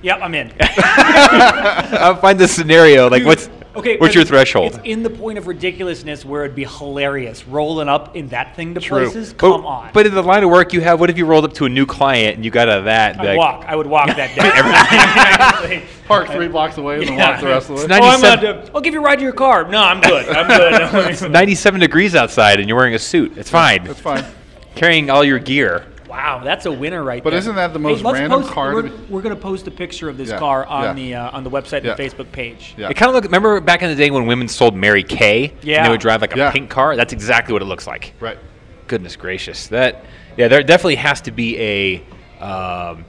C: Yep, I'm in.
A: I'll find the scenario. Like, what's
C: Okay,
A: what's
C: but
A: your
C: It's
A: threshold?
C: in the point of ridiculousness where it'd be hilarious rolling up in that thing to
B: True.
C: places. Come
A: but,
C: on,
A: But in the line of work you have, what if you rolled up to a new client and you got out of that? and be
C: I
A: like,
C: walk. I would walk that day.
B: Park three blocks away and then walk the rest of the
A: It's
B: way.
A: not-
C: Oh, I'm
A: 97
C: allowed to. I'll give you a ride to your car. No, I'm good. I'm good.
A: 97 degrees outside and you're wearing a suit. It's fine.
B: That's fine.
A: Carrying all your gear.
C: wow, that's a winner right
B: But
C: there.
B: isn't that the most
C: let's
B: random
C: post-
B: car to
C: We're,
B: be-
C: we're gonna post a picture of this
B: Yeah,
C: car on
B: yeah.
C: the uh, on the website and
B: Yeah.
C: Facebook page.
B: Yeah.
A: It kind of look. Remember back in the day when women sold Mary Kay? And
C: Yeah.
A: they would drive like a
B: Yeah.
A: pink car. That's exactly what it looks like.
B: Right.
A: Goodness gracious. That yeah. There definitely has to be a um,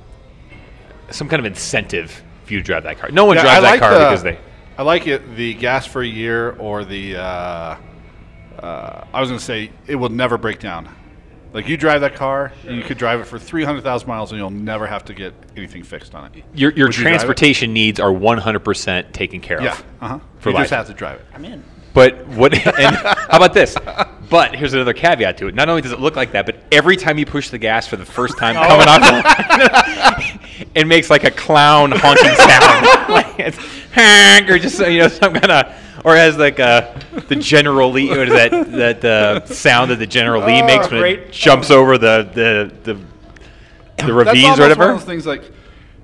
A: some kind of incentive if you drive that car. No one
B: Yeah,
A: drives
B: I
A: that
B: like
A: car
B: the-
A: because they.
B: I like it. The gas for a year or the. Uh, uh, I was going to say it will never break down. Like you drive that car, you could drive it for three hundred thousand miles, and you'll never have to get anything fixed on it.
A: Your, your
B: Would you drive it?
A: transportation needs are 100% taken care
B: Yeah,
A: of.
B: uh huh.
A: For
B: you
A: life.
B: just have to drive it.
C: I'm in.
A: But what? And how about this? But here's another caveat to it. Not only does it look like that, but every time you push the gas for the first
B: Oh.
A: time coming off, the line, it makes like a clown honking sound. like it's honk or just you know some kind of or has like a the General Lee. What is that that uh, sound that the General Lee
B: Oh,
A: makes when it
C: great.
A: jumps over the the the, the
B: That's
A: ravines
B: almost
A: or
B: one
A: whatever?
B: of those things like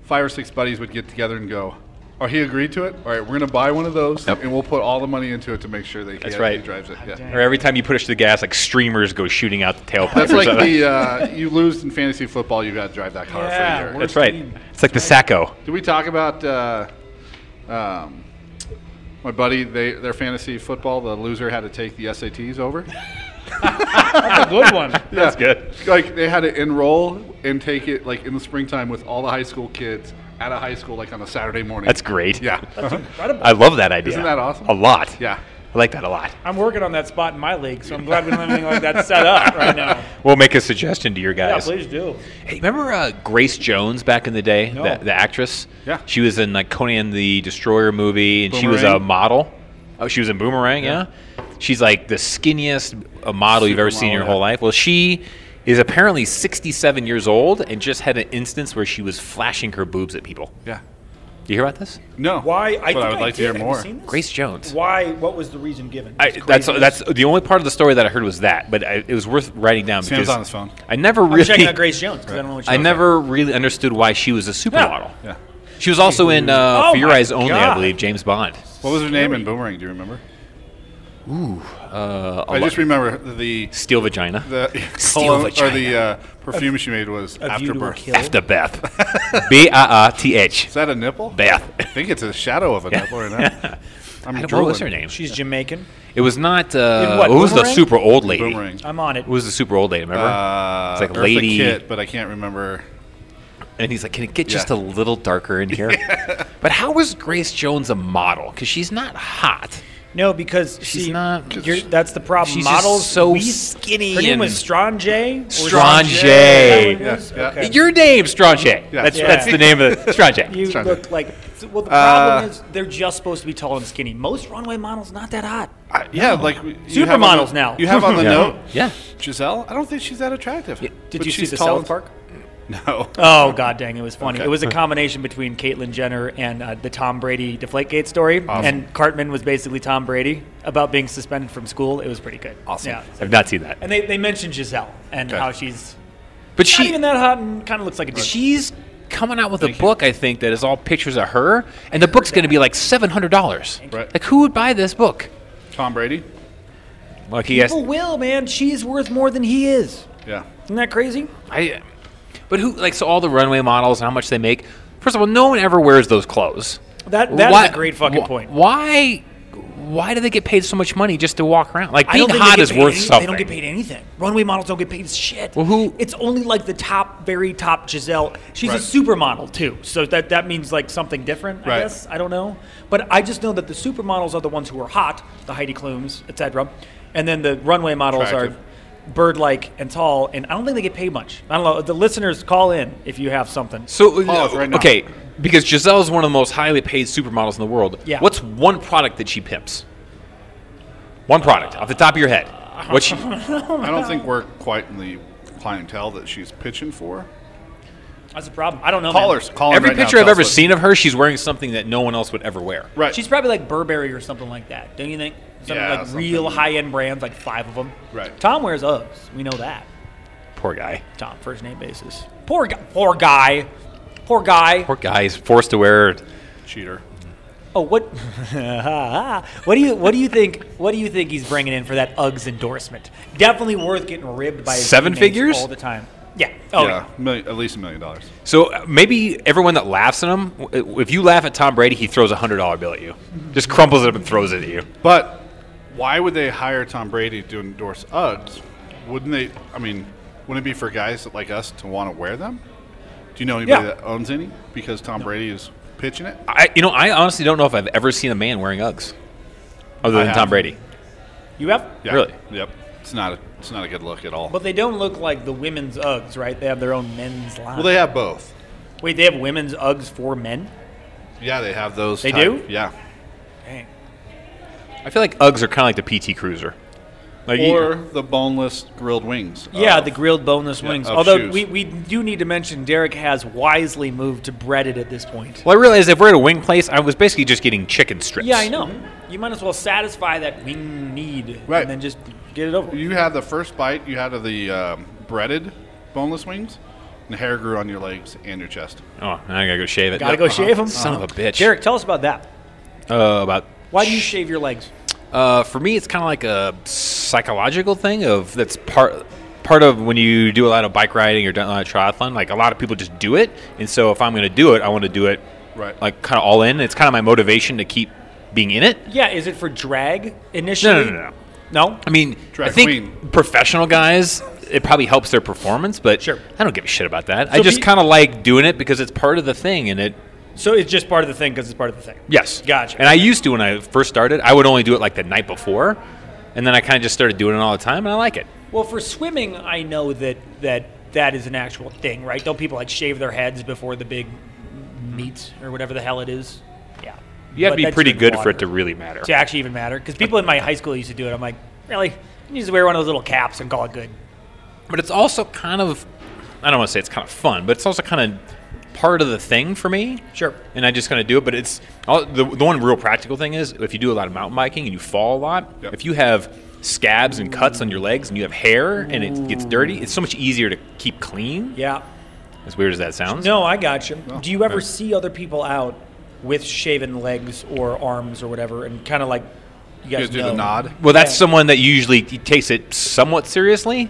B: five or six buddies would get together and go, "Oh, he agreed to it. All right, we're going to buy one of those,
A: Yep.
B: and we'll put all the money into it to make sure that he,
A: That's
B: actually
A: right.
B: drives it." Yeah.
A: Or every time you push the gas, like streamers go shooting out the tailpipe.
B: That's
A: or
B: like
A: something.
B: the uh, you lose in fantasy football. You got to drive that car
C: Yeah,
B: for a year.
A: That's right. It's like the Sacco.
B: Did we talk about uh, um, my buddy? They their fantasy football. The loser had to take the SATs over.
C: That's a good one.
B: That's
A: good.
B: Like they had to enroll and take it like in the springtime with all the high school kids out of high school, like on a Saturday morning.
A: That's great.
B: Yeah.
C: Incredible.
A: I love that idea.
B: Isn't that awesome?
A: A lot.
B: Yeah.
A: I like that a lot.
C: I'm working on that spot in my league, so I'm glad we don't have anything like that set up right now.
A: We'll make a suggestion to your
C: Yeah,
A: guys.
C: please do.
A: hey, remember uh, Grace Jones back in the day?
C: No.
A: The, the actress?
B: Yeah.
A: She was in like Conan the Destroyer movie and she was a
B: Boomerang.
A: model. Oh, she was in Boomerang, yeah. She's like the skinniest uh, model you've ever seen in your
B: Supermodel,
A: whole
B: yeah.
A: life. Well, she is apparently 67 years old and just had an instance where she was flashing her boobs at people.
B: Yeah.
A: Do you hear about this?
B: No.
D: Why?
B: But I would like to hear more.
A: Grace Jones.
D: Why? What was the reason given?
A: I,
D: Just
A: that's
D: craziness?
A: that's the only part of the story that I heard was that, but I, it was worth writing down
B: Sam's
A: because
B: on his phone.
A: I never
C: I'm checking
A: really
C: out Grace Jones because I don't know what
A: I never really understood why she was a supermodel.
B: Yeah.
A: She was also in uh,
C: Oh
A: For Your
C: my
A: Eyes Only, I
C: God.
A: believe, James Bond.
B: What was her name in Boomerang? Do you remember? Ooh. Uh, I just remember the
A: Steel vagina.
B: the
A: Steel
B: cologne- or
A: vagina.
B: the uh, perfume she made was
D: A view
B: After
D: to a
B: Birth.
D: kill.
A: After Beth. B I R T H.
B: Is that a nipple?
A: Beth.
B: I think it's a shadow of a nipple right now. I'm
A: What
B: drooling.
A: was her name?
D: She's Jamaican.
A: It was not.
C: In
A: Uh,
C: what,
A: who was the
C: Boomerang?
A: super old lady?
B: Boomerang.
C: I'm on it.
A: Who was the super old lady? Remember?
B: Uh,
A: It's like
B: Eartha
A: lady-
B: Kitt, but I can't remember.
A: and he's like, "Can it get
B: yeah.
A: just a little darker in here?" But how was Grace Jones a model? Because she's not hot.
C: No, because
A: She's
C: see,
A: not-
C: You're, that's the problem.
A: She's just
C: Models
A: so
C: we-
A: skinny
C: Her name
A: and-
C: was Strange.
A: Strange.
B: Yeah, yeah.
A: Your name, Strange. That's
C: Yeah.
A: that's the name of the Strange.
C: You
B: Strange.
C: look like. Well, the
A: Uh,
C: problem is they're just supposed to be tall and skinny. Most runway models not that hot.
B: I, yeah, like you have on
C: Supermodels
B: the-
C: now.
B: You have on the
A: Yeah.
B: note.
A: Yeah.
B: Giselle. I don't think she's that attractive.
C: Did
B: But
C: you see
B: she's
C: the
B: tall
C: South
B: and-
C: Park?
B: No.
C: Oh god, dang! It was funny.
B: Okay.
C: It was a combination between Caitlyn Jenner and uh, the Tom Brady Deflategate story, and Cartman was basically Tom Brady about being suspended from school. It was pretty good. Awesome. Yeah.
A: I've not seen that.
C: And they, they mentioned Giselle and
B: Okay.
C: how she's
A: But
C: not
A: she
C: even that hot and kind of looks like a dude.
A: she's coming out with a book, I think, that is all pictures of her, and the book's going to be like seven hundred dollars.
B: Right.
A: Like, who would buy this book?
B: Tom Brady.
A: Like,
C: People will, man. She's worth more than he is.
B: Yeah.
C: Isn't that crazy?
A: I. But who like so all the runway models and how much they make? First of all, no one ever wears those clothes.
C: That that's a great fucking
A: wh-
C: point.
A: Why? Why do they get paid so much money just to walk around? Like
C: I
A: being
C: don't think
A: hot
C: they
A: is
C: get paid
A: worth
C: any-
A: something.
C: They don't get paid anything. Runway models don't get paid shit.
A: Well, who-
C: It's only like the top, very top Giselle. She's
B: Right.
C: a supermodel too, so that that means like something different.
B: Right.
C: I guess I don't know, but I just know that the supermodels are the ones who are hot, the Heidi Klums, etc. And then the runway models
B: Attractive.
C: are bird-like and tall, and I don't think they get paid much. I don't know. The listeners call in if you have something.
A: So uh,
B: Pause right now.
A: okay, because Giselle is one of the most highly paid supermodels in the world.
C: Yeah.
A: What's one product that she pimps? One product off the top of your head. What she?
B: I don't think we're quite in the clientele that she's pitching for.
C: That's a problem. I don't know. man.
B: Callers, call in
A: every
B: right now,
A: picture I've
B: tell us
A: ever
B: what-
A: seen of her, she's wearing something that no one else would ever wear.
B: Right.
C: She's probably like Burberry or something like that, don't you think? Something
B: Yeah,
C: like
B: something.
C: real high-end brands, like five of them.
B: Right.
C: Tom wears Uggs. We know that.
A: Poor guy.
C: Tom, first name basis. Poor guy. Poor guy. Poor guy.
A: Poor guy is forced to wear.
B: cheater.
C: Oh, what? what do you What do you think? What do you think he's bringing in for that Uggs endorsement? Definitely worth getting ribbed by his
A: Seven
C: teammates
A: figures?
C: all the time. Yeah. Oh yeah.
B: yeah, million, at least a million dollars.
A: So uh, maybe everyone that laughs at him, w- uh, if you laugh at Tom Brady, he throws a hundred dollar bill at you, just crumples it up and throws it at you.
B: But why would they hire Tom Brady to endorse Uggs? Wouldn't they? I mean, wouldn't it be for guys like us to want to wear them? Do you know anybody
C: Yeah.
B: that owns any? Because Tom Brady is pitching it.
A: I, you know, I honestly don't know if I've ever seen a man wearing Uggs, other
B: I
A: than
B: have.
A: Tom Brady.
C: You have,
B: Yeah.
A: Really?
B: Yep. It's not a it's not a good look at all.
C: but they don't look like the women's Uggs, right? They have their own men's line.
B: well, they have both.
C: Wait, they have women's Uggs for men?
B: Yeah, they have those.
C: They
B: type-
C: do?
B: Yeah.
C: Dang.
A: I feel like Uggs are kind of like the PT Cruiser. Like you-
B: Or the boneless grilled wings. Uh,
C: Yeah,
B: of-
C: the grilled boneless wings.
B: of
C: Although
B: shoes.
C: we, we do need to mention Derek has wisely moved to breaded at this point.
A: well, I realized if we're at a wing place, I was basically just getting chicken strips.
C: Yeah, I know. Mm-hmm. You might as well satisfy that wing need
B: Right.
C: and then just get it over. with.
B: You had the first bite. You had of the um, breaded boneless wings, and the hair grew on your legs and your chest.
A: Oh, now I gotta go shave it.
C: Gotta
A: Yep.
C: go shave them.
A: uh-huh. Son of a bitch.
C: Derek, tell us about that.
A: Uh, about
C: Why do you shave your legs?
A: Uh, for me, it's kind of like a psychological thing of that's part part of when you do a lot of bike riding or done a lot of triathlon. Like a lot of people just do it, and so if I'm going to do it, I want to do it
B: Right.
A: like kind of all in. It's kind of my motivation to keep being in it.
C: Yeah, is it for drag initially?
A: no, no,
C: no.
A: I mean, I
B: Drag
A: think
B: queen.
A: professional guys, it probably helps their performance, but
C: Sure.
A: I don't give a shit about that. I
C: So
A: just
C: be-
A: kind of like doing it because it's part of the thing, and it
C: So it's just part of the thing because it's part of the thing.
A: Yes.
C: Gotcha.
A: And I used to when I first started, I would only do it like the night before. And then I kind of just started doing it all the time, and I like it.
C: Well, for swimming, I know that that that is an actual thing, right? Don't people like shave their heads before the big meet or whatever the hell it is? Yeah.
A: You have
C: But
A: to be
C: that's
A: pretty
C: in
A: good for
C: water.
A: it to really matter.
C: to actually even matter. Because people in my high school used to do it. I'm like, really? You just wear one of those little caps and call it good.
A: But it's also kind of, I don't want to say it's kind of fun, but it's also kind of part of the thing for me.
C: Sure.
A: And I just kind of do it. But it's all, the, the one real practical thing is if you do a lot of mountain biking and you fall a lot,
B: Yep.
A: if you have scabs and cuts on your legs and you have hair and it gets dirty, it's so much easier to keep clean.
C: Yeah.
A: As weird as that sounds.
C: No, I got you. Do you ever see other people out with shaven legs or arms or whatever, and kind of like you
B: You
C: guys
B: guys do
C: know?
B: the nod.
A: Well, that's
C: Yeah.
A: someone that usually t- takes it somewhat seriously,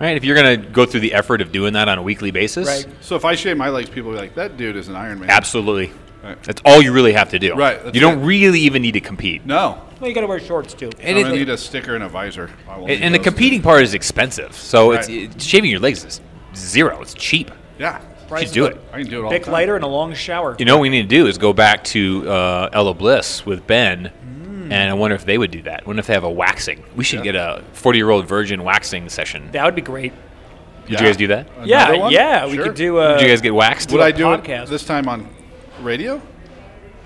A: right? If you're going to go through the effort of doing that on a weekly basis,
C: Right.
B: So if I shave my legs, people will be like, "That dude is an Iron Man."
A: absolutely.
B: Right.
A: That's all you really have to do.
B: Right, that's
A: You don't
B: it.
A: really even need to compete.
B: No,
C: Well, you got to wear shorts too.
A: And,
B: I
A: it-
B: don't need a sticker and a visor. I will
A: and-
B: need
A: and the
B: those.
A: competing part is expensive. So it's,
B: Right.
A: it- shaving your legs is zero. It's cheap.
B: Yeah,
A: You
C: Price
A: should do
C: of
A: it.
B: I can do it all.
C: Bic
B: the time.
C: lighter and a long shower.
A: You know what we need to do is go back to uh, Ella Bliss with Ben,
C: Mm.
A: and I wonder if they would do that. wonder if they have a waxing. We should
B: Yeah.
A: get a 40 year old virgin waxing session.
C: That would be great.
A: Would you guys do that?
B: Another
C: Yeah,
B: one?
C: yeah. We
B: Sure.
C: could do. Uh,
A: Would you guys get waxed?
B: Would
C: a
B: I do
C: podcast.
B: it this time on radio?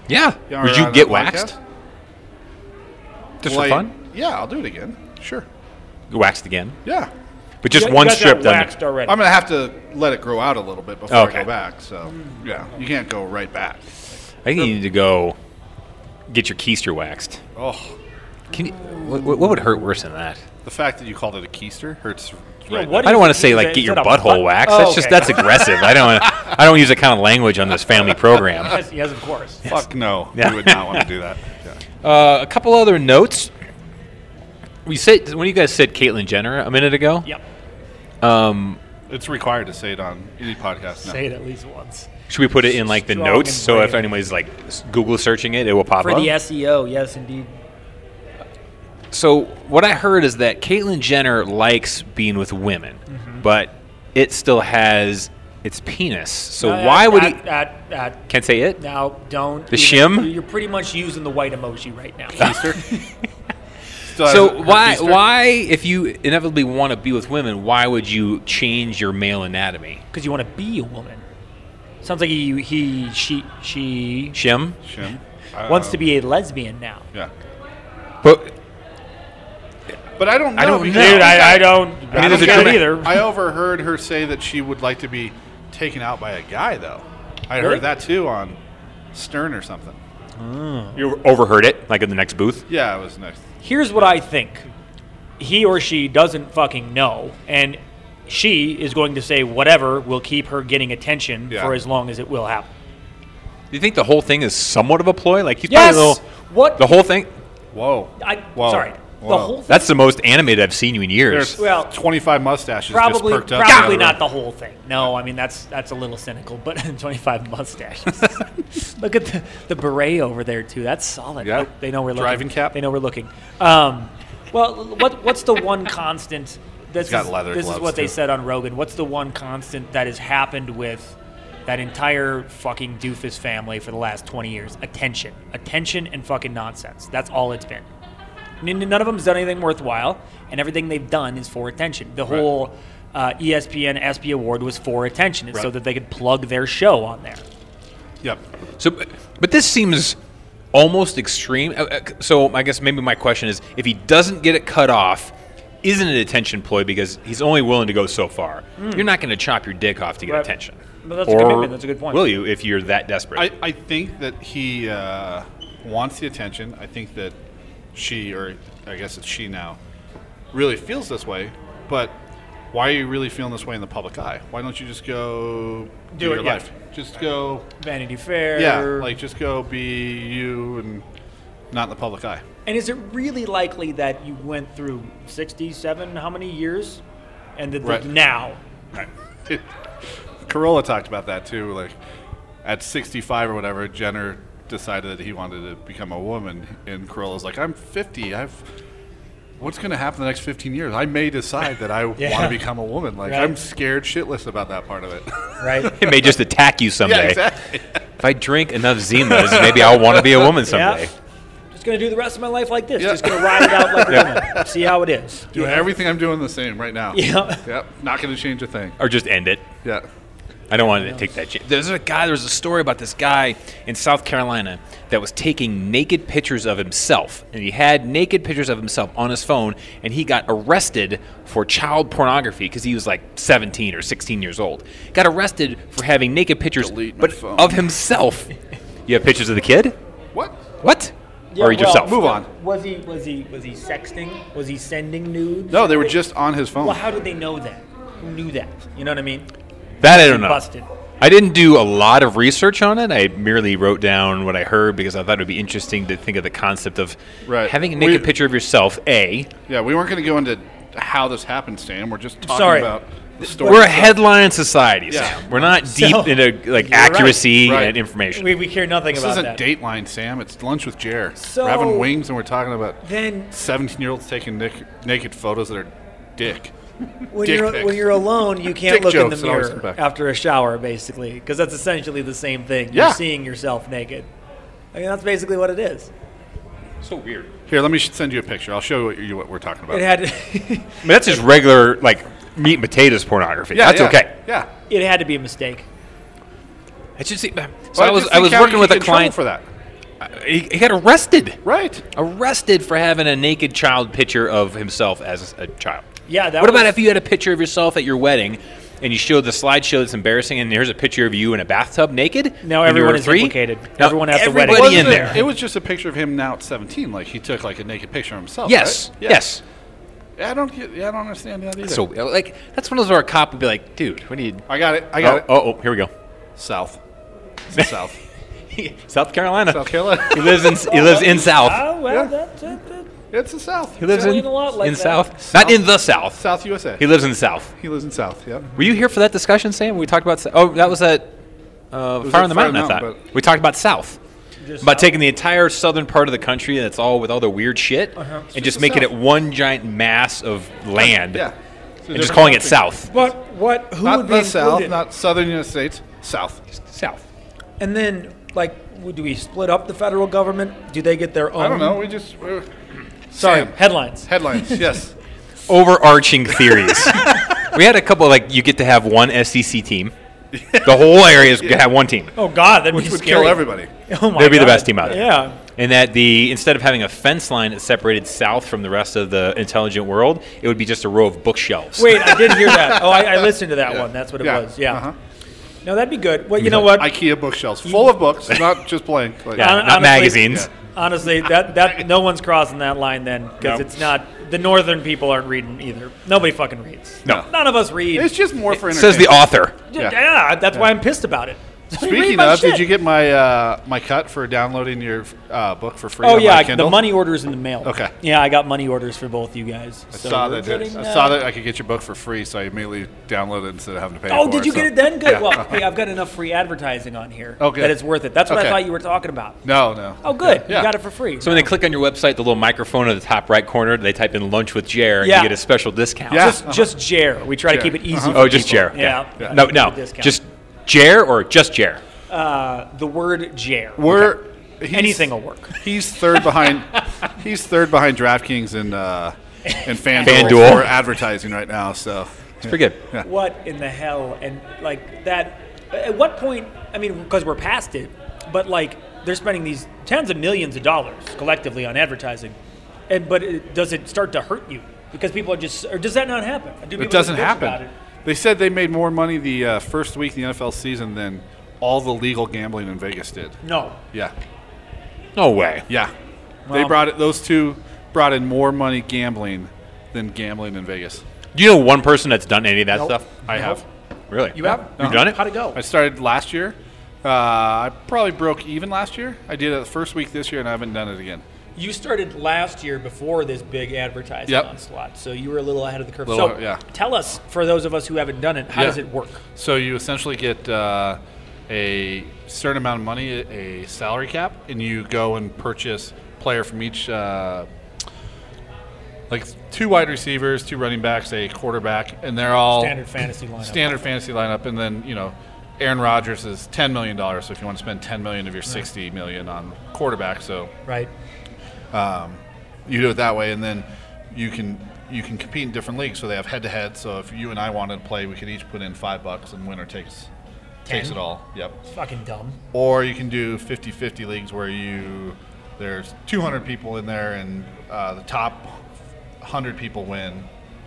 A: yeah.
B: Yeah,
A: Would
B: or on
A: you
B: a
A: get
B: podcast?
A: waxed? Just
B: Well,
A: for
B: I-
A: fun?
B: Yeah, I'll do it again. Sure.
A: waxed again,
B: Yeah,
A: but just
C: you
A: one
C: guys got
A: strip done.
C: waxed already.
B: I'm gonna have to let it grow out a little bit before
A: Okay.
B: I go back. So yeah, you can't go right back.
A: I think you need to go get your keister waxed.
B: Oh,
A: Can you, what, what would hurt worse than that?
B: the fact that you called it a keister hurts.
C: Yeah,
B: right
C: what
A: I don't want to
C: Is
A: say
C: it-
A: like
C: is
A: get your
C: that a
A: butthole
C: butt-
A: waxed.
C: Oh,
A: that's just
C: okay.
A: that's aggressive. I don't I don't use that kind of language on this family program.
C: Yes, yes, of course.
B: now. Fuck no,
A: Yeah.
B: you would not want to do that. Yeah.
A: Uh, a couple other notes. We said when you guys said Caitlyn Jenner a minute ago.
C: Yep.
B: It's required to say it on any podcast now.
C: Say it at least once.
A: Should we put it in like the
C: Strong
A: notes
C: and
A: so if
C: brave.
A: anybody's like s- Google searching it, it will pop
C: For
A: up?
C: the SEO, E yes, indeed.
A: So what I heard is that Caitlyn Jenner likes being with women,
C: Mm-hmm.
A: but it still has its penis. So
C: Uh,
A: why
C: at-
A: would
C: at,
A: he?
C: at, at-
A: Can't say it.
C: now don't
A: The
C: even-
A: shim?
C: You're pretty much using the white emoji right now.
B: Still has
A: So
B: her
A: why
B: keister?
A: why if you inevitably want to be with women, why would you change your male anatomy?
C: because you want to be a woman. Sounds like he, he she, she
A: Shim.
B: Shim.
C: wants
B: Um,
C: to be a lesbian now.
B: Yeah,
A: But
B: but I don't. Know
A: I don't
B: because-
A: know. Dude, I-
C: don't.
A: mean, there's a
C: get it
A: dramatic-
C: either.
B: I overheard her say that she would like to be taken out by a guy, though. I
C: Really?
B: heard that too on Stern or something.
A: you overheard it, like in the next booth.
B: Yeah, it was next.
C: Here's what I think: he or she doesn't fucking know, and she is going to say whatever will keep her getting attention
B: Yeah.
C: for as long as it will happen.
A: Do you think the whole thing is somewhat of a ploy? Like he's
C: Yes.
A: probably a little.
C: what?
A: The whole thing.
B: Whoa.
C: I,
B: Whoa.
C: Sorry. The
B: Whoa.
C: whole. Thing,
A: That's the most animated I've seen you in years.
B: There's
C: Well,
B: 25 mustaches
C: probably
B: just perked up.
C: probably
B: in
C: not
B: that
C: the whole thing. No, I mean that's that's a little cynical, but 25 mustaches. Look at the, the beret over there too. That's solid.
B: Yeah.
C: They know we're looking.
B: Driving cap.
C: They know we're looking. Um, well, what what's the one constant? This
B: got
C: is
B: leather
C: this is
B: gloves,
C: what they
B: too.
C: said on Rogan. What's the one constant that has happened with that entire fucking doofus family for the last 20 years. Attention. Attention and fucking nonsense. That's all it's been. N- None of them has done anything worthwhile, and everything they've done is for attention. The whole uh, ESPN ESPY award was for attention, it's so
B: Right.
C: that they could plug their show on there.
B: Yep.
A: So, but- but this seems almost extreme. Uh, uh, So, I guess maybe my question is: if he doesn't get it cut off, isn't it a attention ploy because he's only willing to go so far? You're not going to chop your dick off to get
C: Hmm. Right.
A: attention.
C: But that's a commitment. That's a good point.
A: Will you if you're that desperate?
B: I, I think that he uh, wants the attention. I think that she, or I guess it's she now, really feels this way. But why are you really feeling this way in the public eye? Why don't you just go
C: Do it,
B: your
C: yeah.
B: life? Just go,
C: Vanity Fair.
B: yeah, like just go be you and not in the public eye.
C: And is it really likely that you went through 67, how many years? And that
B: Right.
C: that now,
B: Corolla talked about that too. Like at 65 or whatever, Jenner decided that he wanted to become a woman, and Corolla's like, "I'm 50. I've what's going to happen in the next 15 years? I may decide that I
C: Yeah.
B: want to become a woman. Like
C: Right.
B: I'm scared shitless about that part of it.
C: right?
A: it may just attack you someday.
B: yeah, exactly.
A: If I drink enough Zimas, maybe I'll want to be a woman someday.
C: Just going to do the rest of my life like this.
B: Yeah.
C: Just going to ride it out like a woman. See how it is.
B: Doing everything I'm doing the same right now.
C: Yeah.
B: Yep. Not going to change a thing.
A: Or just end it.
B: Yeah.
A: I don't want to take that chance. There's a guy. There's a story about this guy in South Carolina that was taking naked pictures of himself, and he had naked pictures of himself on his phone, and he got arrested for child pornography because he was like 17 or 16 years old. Got arrested for having naked pictures,
B: Delete my
A: but
B: phone.
A: of himself. you have pictures of the kid?
B: What?
A: What? or yourself?
B: move on.
C: Was he was he was he sexting? Was he sending nudes?
B: No, they were just on his phone.
C: Well, how did they know that? Who knew that? You know what I mean?
A: That I don't know.
C: Busted.
A: I didn't do a lot of research on it. I merely wrote down what I heard because I thought it would be interesting to think of the concept of
B: Right.
A: having a naked
B: We-
A: picture of yourself. A.
B: Yeah, we weren't going to go into how this happened, Stan. We're just talking
C: Sorry.
B: about the story.
A: We're a
B: itself.
A: headline society,
B: Yeah.
A: Sam. We're not
C: So-
A: deep into like
C: You're right.
A: accuracy
B: Right.
A: and information.
C: We, we care nothing
B: This
C: about
B: isn't
C: that.
B: Dateline, Sam. It's lunch with Jer.
C: So-
B: We're having wings, and we're talking about
C: Then
B: seventeen-year-olds taking nick- naked photos of their dick.
C: when
B: Dick
C: you're
B: pics.
C: when you're alone, you can't
B: Dick
C: look in the
B: jokes, it always
C: mirror
B: comes back.
C: after a shower, basically, because that's essentially the same thing.
B: Yeah.
C: You're seeing yourself naked. I mean, that's basically what it is.
A: so weird.
B: Here, let me sh- send you a picture. I'll show you what, what we're talking about.
C: It had it
A: I mean, that's just regular like meat and potatoes pornography.
B: yeah,
A: that's
B: yeah,
A: okay.
B: Yeah.
C: had to be a mistake.
A: I just see. So
B: Why
A: I
B: did
A: was
B: you
A: I was
B: think
A: working with
B: Howard
A: a
B: could get in trouble
A: client.
B: for that.
A: He, he got arrested.
B: Right.
A: Arrested for having a naked child picture of himself as a child.
C: Yeah, that
A: what about
C: was-
A: if you had a picture of yourself at your wedding and you showed the slideshow that's embarrassing and here's a picture of you in a bathtub naked?
C: Now
A: and you
C: everyone
A: were
C: is
A: three?
C: implicated.
A: Now
C: Everyone at the wedding.
A: everybody
B: Wasn't
A: in
B: it,
A: there.
B: It was just a picture of him now at seventeen. Like he took like a naked picture of himself.
A: yes,
B: right? Yeah.
A: yes.
B: Yeah, I don't. Get, yeah, I don't understand that either.
A: So like that's one of those where a cop would be like, dude, what do you?
B: I got it. I
A: Oh,
B: got
A: oh, oh, here we go.
B: it. South. It's the South.
A: South Carolina.
B: South Carolina.
A: He lives in he lives in South.
C: Oh well,
B: Yeah.
C: that's it. that-
B: it's the South.
A: He lives in,
C: Doing a lot like
A: in
C: that.
A: South. Not in the South.
B: South USA.
A: He lives in South.
B: He lives in South. Yep.
A: Were you here for that discussion, Sam? We talked about Sou- oh, that was at uh,
B: was
A: Fire
B: at
A: on the
B: Fire on
A: Mountain. I
B: the
A: thought
B: Mountain, but-
A: we talked about South,
C: Just
A: about
C: South.
A: taking the entire southern part of the country that's all with all the weird shit, and
B: just
A: just,
B: the
A: making
B: South.
A: it one giant mass of land,
B: Yeah.
A: and just calling it South.
C: But what? Who
B: Not
C: would
B: the
C: be
B: South,
C: included?
B: not Southern United States. South.
A: South.
C: And then, like, w- do we split up the federal government? Do they get their own?
B: I don't know. We just. We're,
C: Sorry,
B: Sam,
C: headlines.
B: headlines. yes.
A: Overarching theories. we had a couple like you get to have one SEC team. The whole area is gonna have one team.
C: Oh God, that
B: Which would kill everybody.
C: Oh my
A: They'd be the
C: God.
A: best team out there.
C: Yeah.
A: And that the instead of having a fence line that separated South from the rest of the intelligent world, it would be just a row of bookshelves.
C: Wait, I did hear that. Oh, I, I listened to that one. That's what it
B: Yeah.
C: was. Yeah.
B: Uh-huh.
C: No, that'd be good. Well, you know what?
B: IKEA bookshelves full of books, not just blank. Like,
A: Yeah,
C: Hon-
A: not
C: honestly-
A: magazines.
C: Honestly, that that no one's crossing that line then because
A: No.
C: it's not the northern people aren't reading either. Nobody fucking reads.
A: No.
C: None of us read.
B: It's just more for
A: Says the
B: entertainment.
A: author.
C: yeah.
B: yeah.
C: that's why I'm pissed about it.
B: Speaking of, did you get my uh, my cut for downloading your uh, book for free?
C: Oh
B: on
C: yeah,
B: my
C: the
B: Kindle?
C: money orders in the mail.
B: Okay.
C: Yeah, I got money orders for both you guys.
B: I saw that. I saw that I could get your book for free, so I immediately downloaded it instead of having to pay.
C: Oh,
B: for
C: did you
B: so-
C: get it then? Good.
B: Yeah.
C: Well, hey, I've got enough free advertising on here
B: Oh, good.
C: that it's worth it. That's what I
B: Okay.
C: thought you were talking about.
B: No, no.
C: Oh, good.
B: Yeah.
C: You got it for free.
A: So when they click on your website, the little microphone at the top right corner, they type in "lunch with Jer" and
C: Yeah.
A: you get a special discount.
B: Yeah.
C: just, just Jer. We try to
B: Jer.
C: keep it easy.
B: Uh-huh.
C: for
A: oh, just
C: people.
A: Jer.
C: Yeah.
A: No, no,
C: Discount.
A: just Jer or just Jer?
C: Uh, the word Jer.
B: We're he's-
C: Anything will work.
B: He's third behind. he's third behind DraftKings and uh, and FanDuel,
A: FanDuel.
B: for advertising right now. So
A: It's pretty good.
B: Yeah.
C: What in the hell? And like that. At what point? I mean, because we're past it, but like they're spending these tens of millions of dollars collectively on advertising, and but it, does it start to hurt you? Because people are just, or does that not happen? Do people
B: it
C: just
B: doesn't
C: bitch about
B: happen.
C: it?
B: They said they made more money the uh, first week of the NFL season than all the legal gambling in Vegas did.
C: No,
B: Yeah,
A: No way.
B: yeah.
C: Well-
B: they brought it. Those two brought in more money gambling than gambling in Vegas.
A: Do you know one person that's done any of that
C: Nope.
A: stuff?
B: I have.
A: Really?
C: you have.
A: You've done it?
C: How'd it go?
B: I started last year. Uh, I probably broke even last year. I did it the first week this year, and I haven't done it again.
C: You started last year before this big advertising
B: Yep.
C: onslaught, so you were a little ahead of the curve.
B: Little-
C: so,
B: yeah.
C: tell us for those of us who haven't done it, how
B: Yeah.
C: does it work?
B: So you essentially get uh, a certain amount of money, a salary cap, and you go and purchase player from each, uh, like two wide receivers, two running backs, a quarterback, and they're all
C: Standard fantasy lineup.
B: standard fantasy lineup. And then you know, Aaron Rodgers is ten million dollars. So if you want to spend ten million of your sixty million on quarterback, so
C: right.
B: you do it that way, and then you can you can compete in different leagues. So they have head to head. So if you and I wanted to play, we could each put in five bucks, and winner takes takes
C: Ten?
B: it all. Yep.
C: Fucking dumb.
B: Or you can do 50-50 leagues where you there's 200 people in there, and uh, the top 100 people win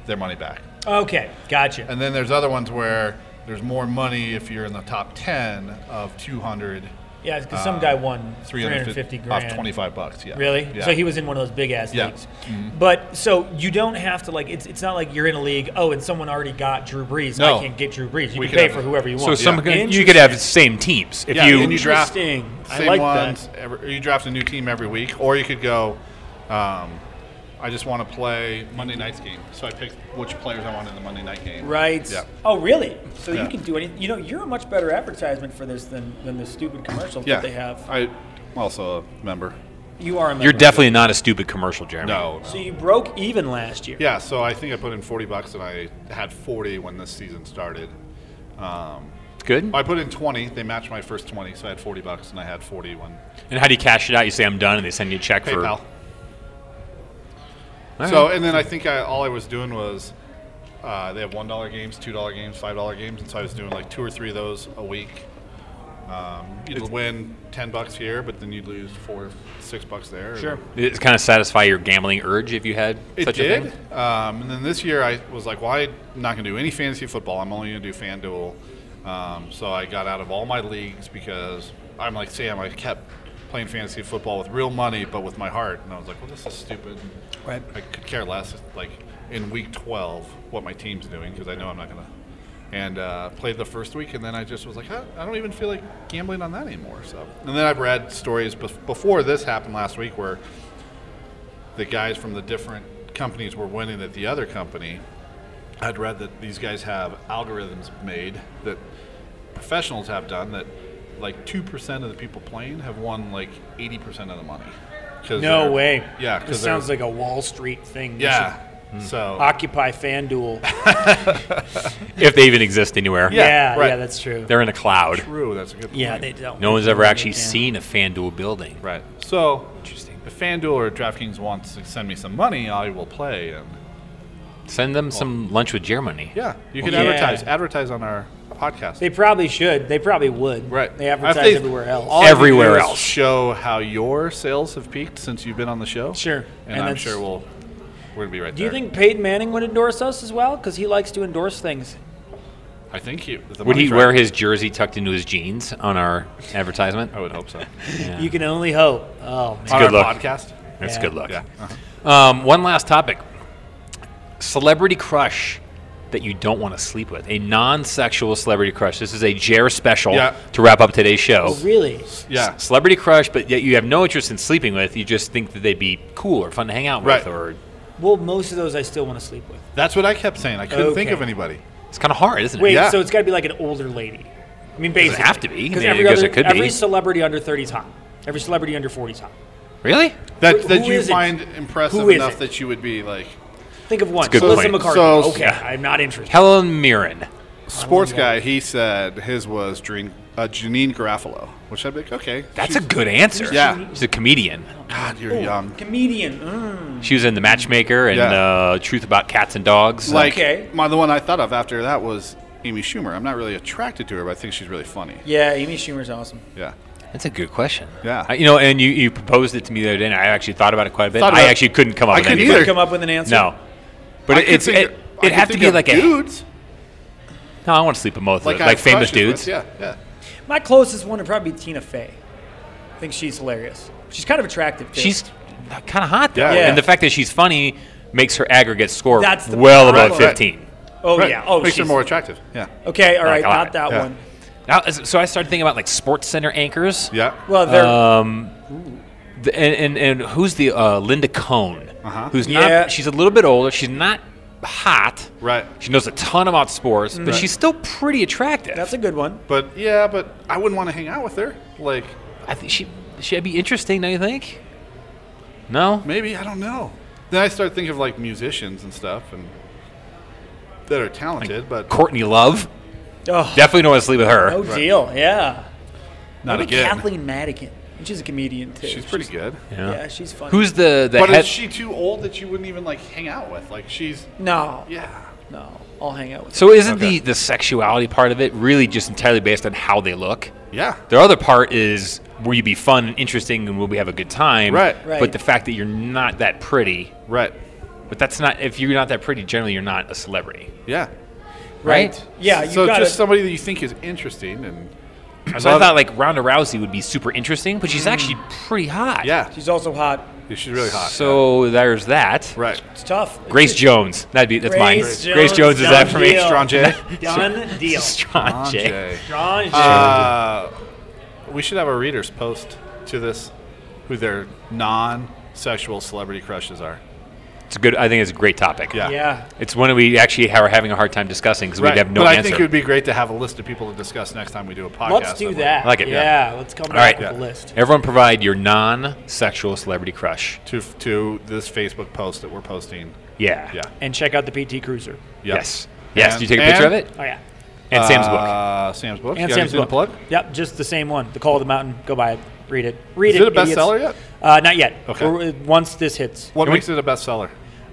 B: their money back.
C: Okay, gotcha.
B: And then there's other ones where there's more money if you're in the top 10 of 200.
C: Yeah, because
B: Uh,
C: some guy won 350 grand.
B: off 25 bucks. Yeah.
C: Really?
B: Yeah.
C: So he was in one of those big ass
B: Yeah. Mm-hmm.
C: leagues. But so you don't have to like it's it's not like you're in a league, oh, and someone already got Drew Brees.
B: No.
C: I can't get Drew Brees. You
B: We
C: can
B: could
C: pay
B: have-
C: for whoever you
A: So
C: want.
A: some
B: Yeah.
A: could- you could have same teams if
B: Yeah,
A: you,
B: and you draft
C: Interesting. I
B: same
C: like that.
B: ones. Every, you draft a new team every week, or you could go. Um, I just want to play Monday night's game, so I picked which players I want in the Monday night game.
C: Right.
B: Yeah.
C: Oh, really? So
B: Yeah.
C: you can do anything. You know, you're a much better advertisement for this than, than the stupid commercials
B: Yeah.
C: that they have.
B: I also a member.
C: You are a member.
A: you're definitely not a stupid commercial, Jeremy.
B: No.
C: So you broke even last year.
B: Yeah. So I think I put in forty bucks, and I had forty when this season started. Um,
A: Good.
B: I put in twenty. They matched my first twenty, so I had forty bucks, and I had forty when
A: And how do you cash it out? You say I'm done, and they send you a check for.
B: PayPal.
A: All
B: So
A: right.
B: and then I think I, all I was doing was uh, they have one dollar games, two dollar games, five dollar games, and so I was doing like two or three of those a week. Um, you'd win ten bucks here, but then you'd lose four, six bucks there.
C: Sure.
A: Did it kind of satisfy your gambling urge if you had
B: It
A: such a
B: did.
A: thing.
B: Um, and then this year I was like, well, I'm not going to do any fantasy football. I'm only going to do FanDuel. Um, so I got out of all my leagues because I'm like Sam. I kept playing fantasy football with real money, but with my heart. And I was like, well, this is stupid.
C: Right.
B: I could care less, like in week 12, what my team's doing because I know I'm not going to. And uh, played the first week, and then I just was like, I, I don't even feel like gambling on that anymore. So, and then I've read stories bef- before this happened last week where the guys from the different companies were winning at the other company. I'd read that these guys have algorithms made that professionals have done that like 2% of the people playing have won like 80% of the money. 'Cause
C: No
B: they're-
C: way.
B: Yeah,
C: This
B: because
C: sounds like a Wall Street thing. We
B: yeah.
C: should Hmm.
B: So
C: Occupy FanDuel.
A: If they even exist anywhere,
B: Yeah,
C: yeah,
B: right.
C: yeah, that's true.
A: they're in a cloud.
B: true. That's a good. Point.
C: yeah, they don't.
A: No one's ever
C: they
A: actually
C: can't.
A: seen a FanDuel building.
B: Right. So
A: Interesting.
B: if FanDuel or DraftKings wants to send me some money, I will play. And
A: Send them some lunch with Jer money.
B: yeah, you can
C: Yeah.
B: advertise. Advertise on our podcast.
C: They probably should. They probably would.
B: Right.
C: They advertise
B: If they-
C: everywhere else.
B: all I can do
A: Everywhere
B: is
A: else.
B: Show how your sales have peaked since you've been on the show.
C: Sure.
B: And,
C: And
B: I'm
C: that's-
B: sure we'll we're gonna be right
C: Do
B: there.
C: you think Peyton Manning would endorse us as well? Because he likes to endorse things.
B: I think he. the
A: Would he
B: money's
A: wear
B: right.
A: his jersey tucked into his jeans on our advertisement?
B: I would hope so.
A: Yeah.
C: You can only hope. Oh man.
B: on
A: good
B: our
A: luck.
B: podcast.
A: That's
C: Yeah.
A: good luck.
B: Yeah. Uh-huh.
A: Um, one last topic: celebrity crush that you don't want to sleep with. A non-sexual celebrity crush. This is a Jer special
B: Yeah.
A: to wrap up today's show.
C: Oh, really?
B: Yeah.
A: Celebrity crush, but yet you have no interest in sleeping with. You just think that they'd be cool or fun to hang out
B: Right.
A: with, or
C: Well, most of those I still want to sleep with.
B: That's what I kept saying. I couldn't think
C: Okay.
B: of anybody.
A: it's kind of hard, isn't it?
C: Wait,
B: Yeah.
C: so it's got to be like an older lady. I mean, basically,
A: have to be. I
C: because
A: mean, I
C: every
A: guess
C: other,
A: it could be.
C: every celebrity under 30 is hot. Every celebrity under 40 is hot.
A: Really?
B: That
C: Who-
B: that
C: who
B: you
C: is it?
B: find impressive
C: Who is
B: enough
C: it?
B: that you would be like.
C: Think of one.
A: good
C: Melissa
A: point.
C: McCarthy.
B: So-
C: okay,
B: yeah.
C: I'm not interested.
A: Helen Mirren.
B: sports guy, he said his was Dreen, uh, Janine Garofalo, which I'd be like, okay.
A: That's
B: she's-
A: a good answer.
B: Yeah.
A: She's a comedian.
B: God, you're young.
C: Comedian. Mm.
A: She was in The Matchmaker and
B: Yeah.
A: uh, Truth About Cats and Dogs.
B: Like,
C: Okay.
B: my, the one I thought of after that was Amy Schumer. I'm not really attracted to her, but I think she's really funny.
C: Yeah, Amy Schumer's awesome.
B: Yeah.
A: That's a good question.
B: Yeah.
A: I- you know, and you, you proposed it to me the other day, and I actually thought about it quite a bit.
B: Thought
A: I
B: about-
A: actually couldn't come up
B: I
A: with
B: couldn't
A: anything.
B: either.
C: Come up with an answer.
A: No. But
B: I
A: it,
B: could
A: it's,
B: think
A: it,
B: of- I
A: it'd
B: could
A: have to
B: think
A: be
B: of
A: like a.
B: dudes.
A: No, I want to sleep with both like,
B: I
A: like
B: have
A: famous
B: crushes with.
A: dudes.
B: Yeah, yeah.
C: My closest one would probably be Tina Fey. I think she's hilarious. She's kind of attractive. Too.
A: She's kind of hot, though.
B: Yeah. Yeah.
A: And the fact that she's funny makes her aggregate score
C: That's the
A: well
C: problem.
A: above 15.
C: oh
B: Right.
C: yeah. Oh,
B: makes her
C: she's
B: more attractive. Yeah.
C: Okay, all
A: Like,
C: right,
A: a lot.
C: not that
B: Yeah.
C: one.
A: Now, so I started thinking about like sports center anchors.
B: Yeah.
C: Well, they're
A: Uh, The- and, and, and who's the uh, Linda Cohn?
B: Uh-huh.
A: Who's
C: Yeah.
A: not? She's a little bit older. She's not hot.
B: Right.
A: She knows a ton about sports, but she's still pretty attractive.
C: that's a good one.
B: But yeah, but I wouldn't want to hang out with her. Like
A: I think she she'd be interesting. Don't you think? No.
B: maybe I don't know. Then I start thinking of like musicians and stuff and that are talented, but
A: Courtney Love.
C: Oh,
A: Definitely don't want to sleep with her.
C: no deal. Yeah.
B: not
C: Maybe
B: again.
C: Kathleen Madigan. And She's a comedian too.
B: She's pretty good.
A: Yeah.
C: Yeah, she's funny.
A: Who's the the
B: But
A: head?
B: is she too old that you wouldn't even like hang out with? Like she's
C: No.
B: yeah.
C: No. I'll hang out with.
A: so isn't
B: Okay.
A: the the sexuality part of it really just entirely based on how they look?
B: Yeah.
A: The other part is will you be fun and interesting and will we have a good time?
B: Right.
C: Right.
A: But the fact that you're not that pretty
B: Right.
A: But that's not if you're not that pretty. Generally, you're not a celebrity,
B: Yeah.
A: right?
C: Yeah, you
B: so
C: got
B: just
C: it.
B: somebody that you think is interesting and
A: So I thought like Ronda Rousey would be super interesting, but she's actually pretty hot.
B: Mm. yeah,
C: She's also hot.
B: she's really hot.
A: So there's that.
B: right.
C: It's tough.
A: Grace Jones. That'd be that's mine.
C: Grace
A: Grace
C: Jones,
A: Jones is that
C: done
A: for me.
C: deal.
B: Strong J.
C: Done deal.
A: Strong J.
B: J.
C: John.
B: Uh, we should have our readers post to this who their non-sexual celebrity crushes are.
A: It's a good. I think it's a great topic.
B: Yeah.
C: yeah.
A: It's one we actually are having a hard time discussing because we'd have no
B: but
A: answer.
B: I think it would be great to have a list of people to discuss next time we do a podcast.
C: Let's do
B: I'm like,
C: that.
A: like it,
C: Yeah.
A: yeah.
C: Let's come
A: All right.
C: back with a list.
A: Everyone provide your non-sexual celebrity crush.
B: To to this Facebook post that we're posting.
A: Yeah.
B: Yeah.
C: And check out the PT Cruiser.
B: Yeah.
A: Yes. Yes.
B: And-
A: Do you take a picture of
B: and-
A: it?
C: Oh yeah.
A: And Sam's book.
B: Uh, Sam's book.
C: And
B: You
C: Sam's
B: gotta do the
C: book.
B: Plug.
C: Yep, just the same one. The Call of the Mountain. Go buy it. Read it.
B: Is
C: Read it.
B: it a
C: idiots.
B: bestseller yet?
C: Uh, not yet.
B: Okay.
C: We're- once this hits,
B: What
A: Can we-
B: makes it a bestseller?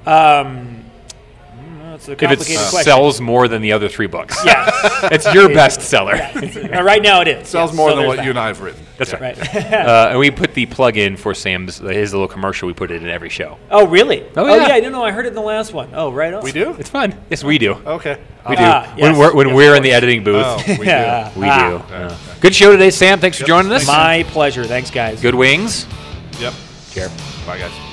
C: um, mm, that's a
A: If it
C: complicated question.
A: sells more than the other three books,
C: yeah.
A: it's your bestseller.
C: Uh, right now it is.
B: Sells
C: Yes,
B: more
C: so
B: than
C: there's
B: what
C: that.
B: you and I have written.
A: That's right.
C: Right.
A: Uh, and we put the plug in for Sam's his little commercial. We put it in every show.
C: oh really?
A: Oh,
C: I
A: yeah.
C: didn't know. I heard it in the last one. Oh right. On.
B: We do.
A: It's fun. Yes, we do.
B: Okay.
A: We
B: Uh,
A: do.
C: Ah, yes,
A: when we're when
C: yes,
A: we're in the editing booth,
B: oh, we
C: Yeah.
B: do.
A: we
C: Ah.
A: do. Yeah. Good show today, Sam. Thanks for joining us.
C: My pleasure. Thanks, guys.
A: Good wings.
B: Yep.
A: Cheers.
B: Bye, guys.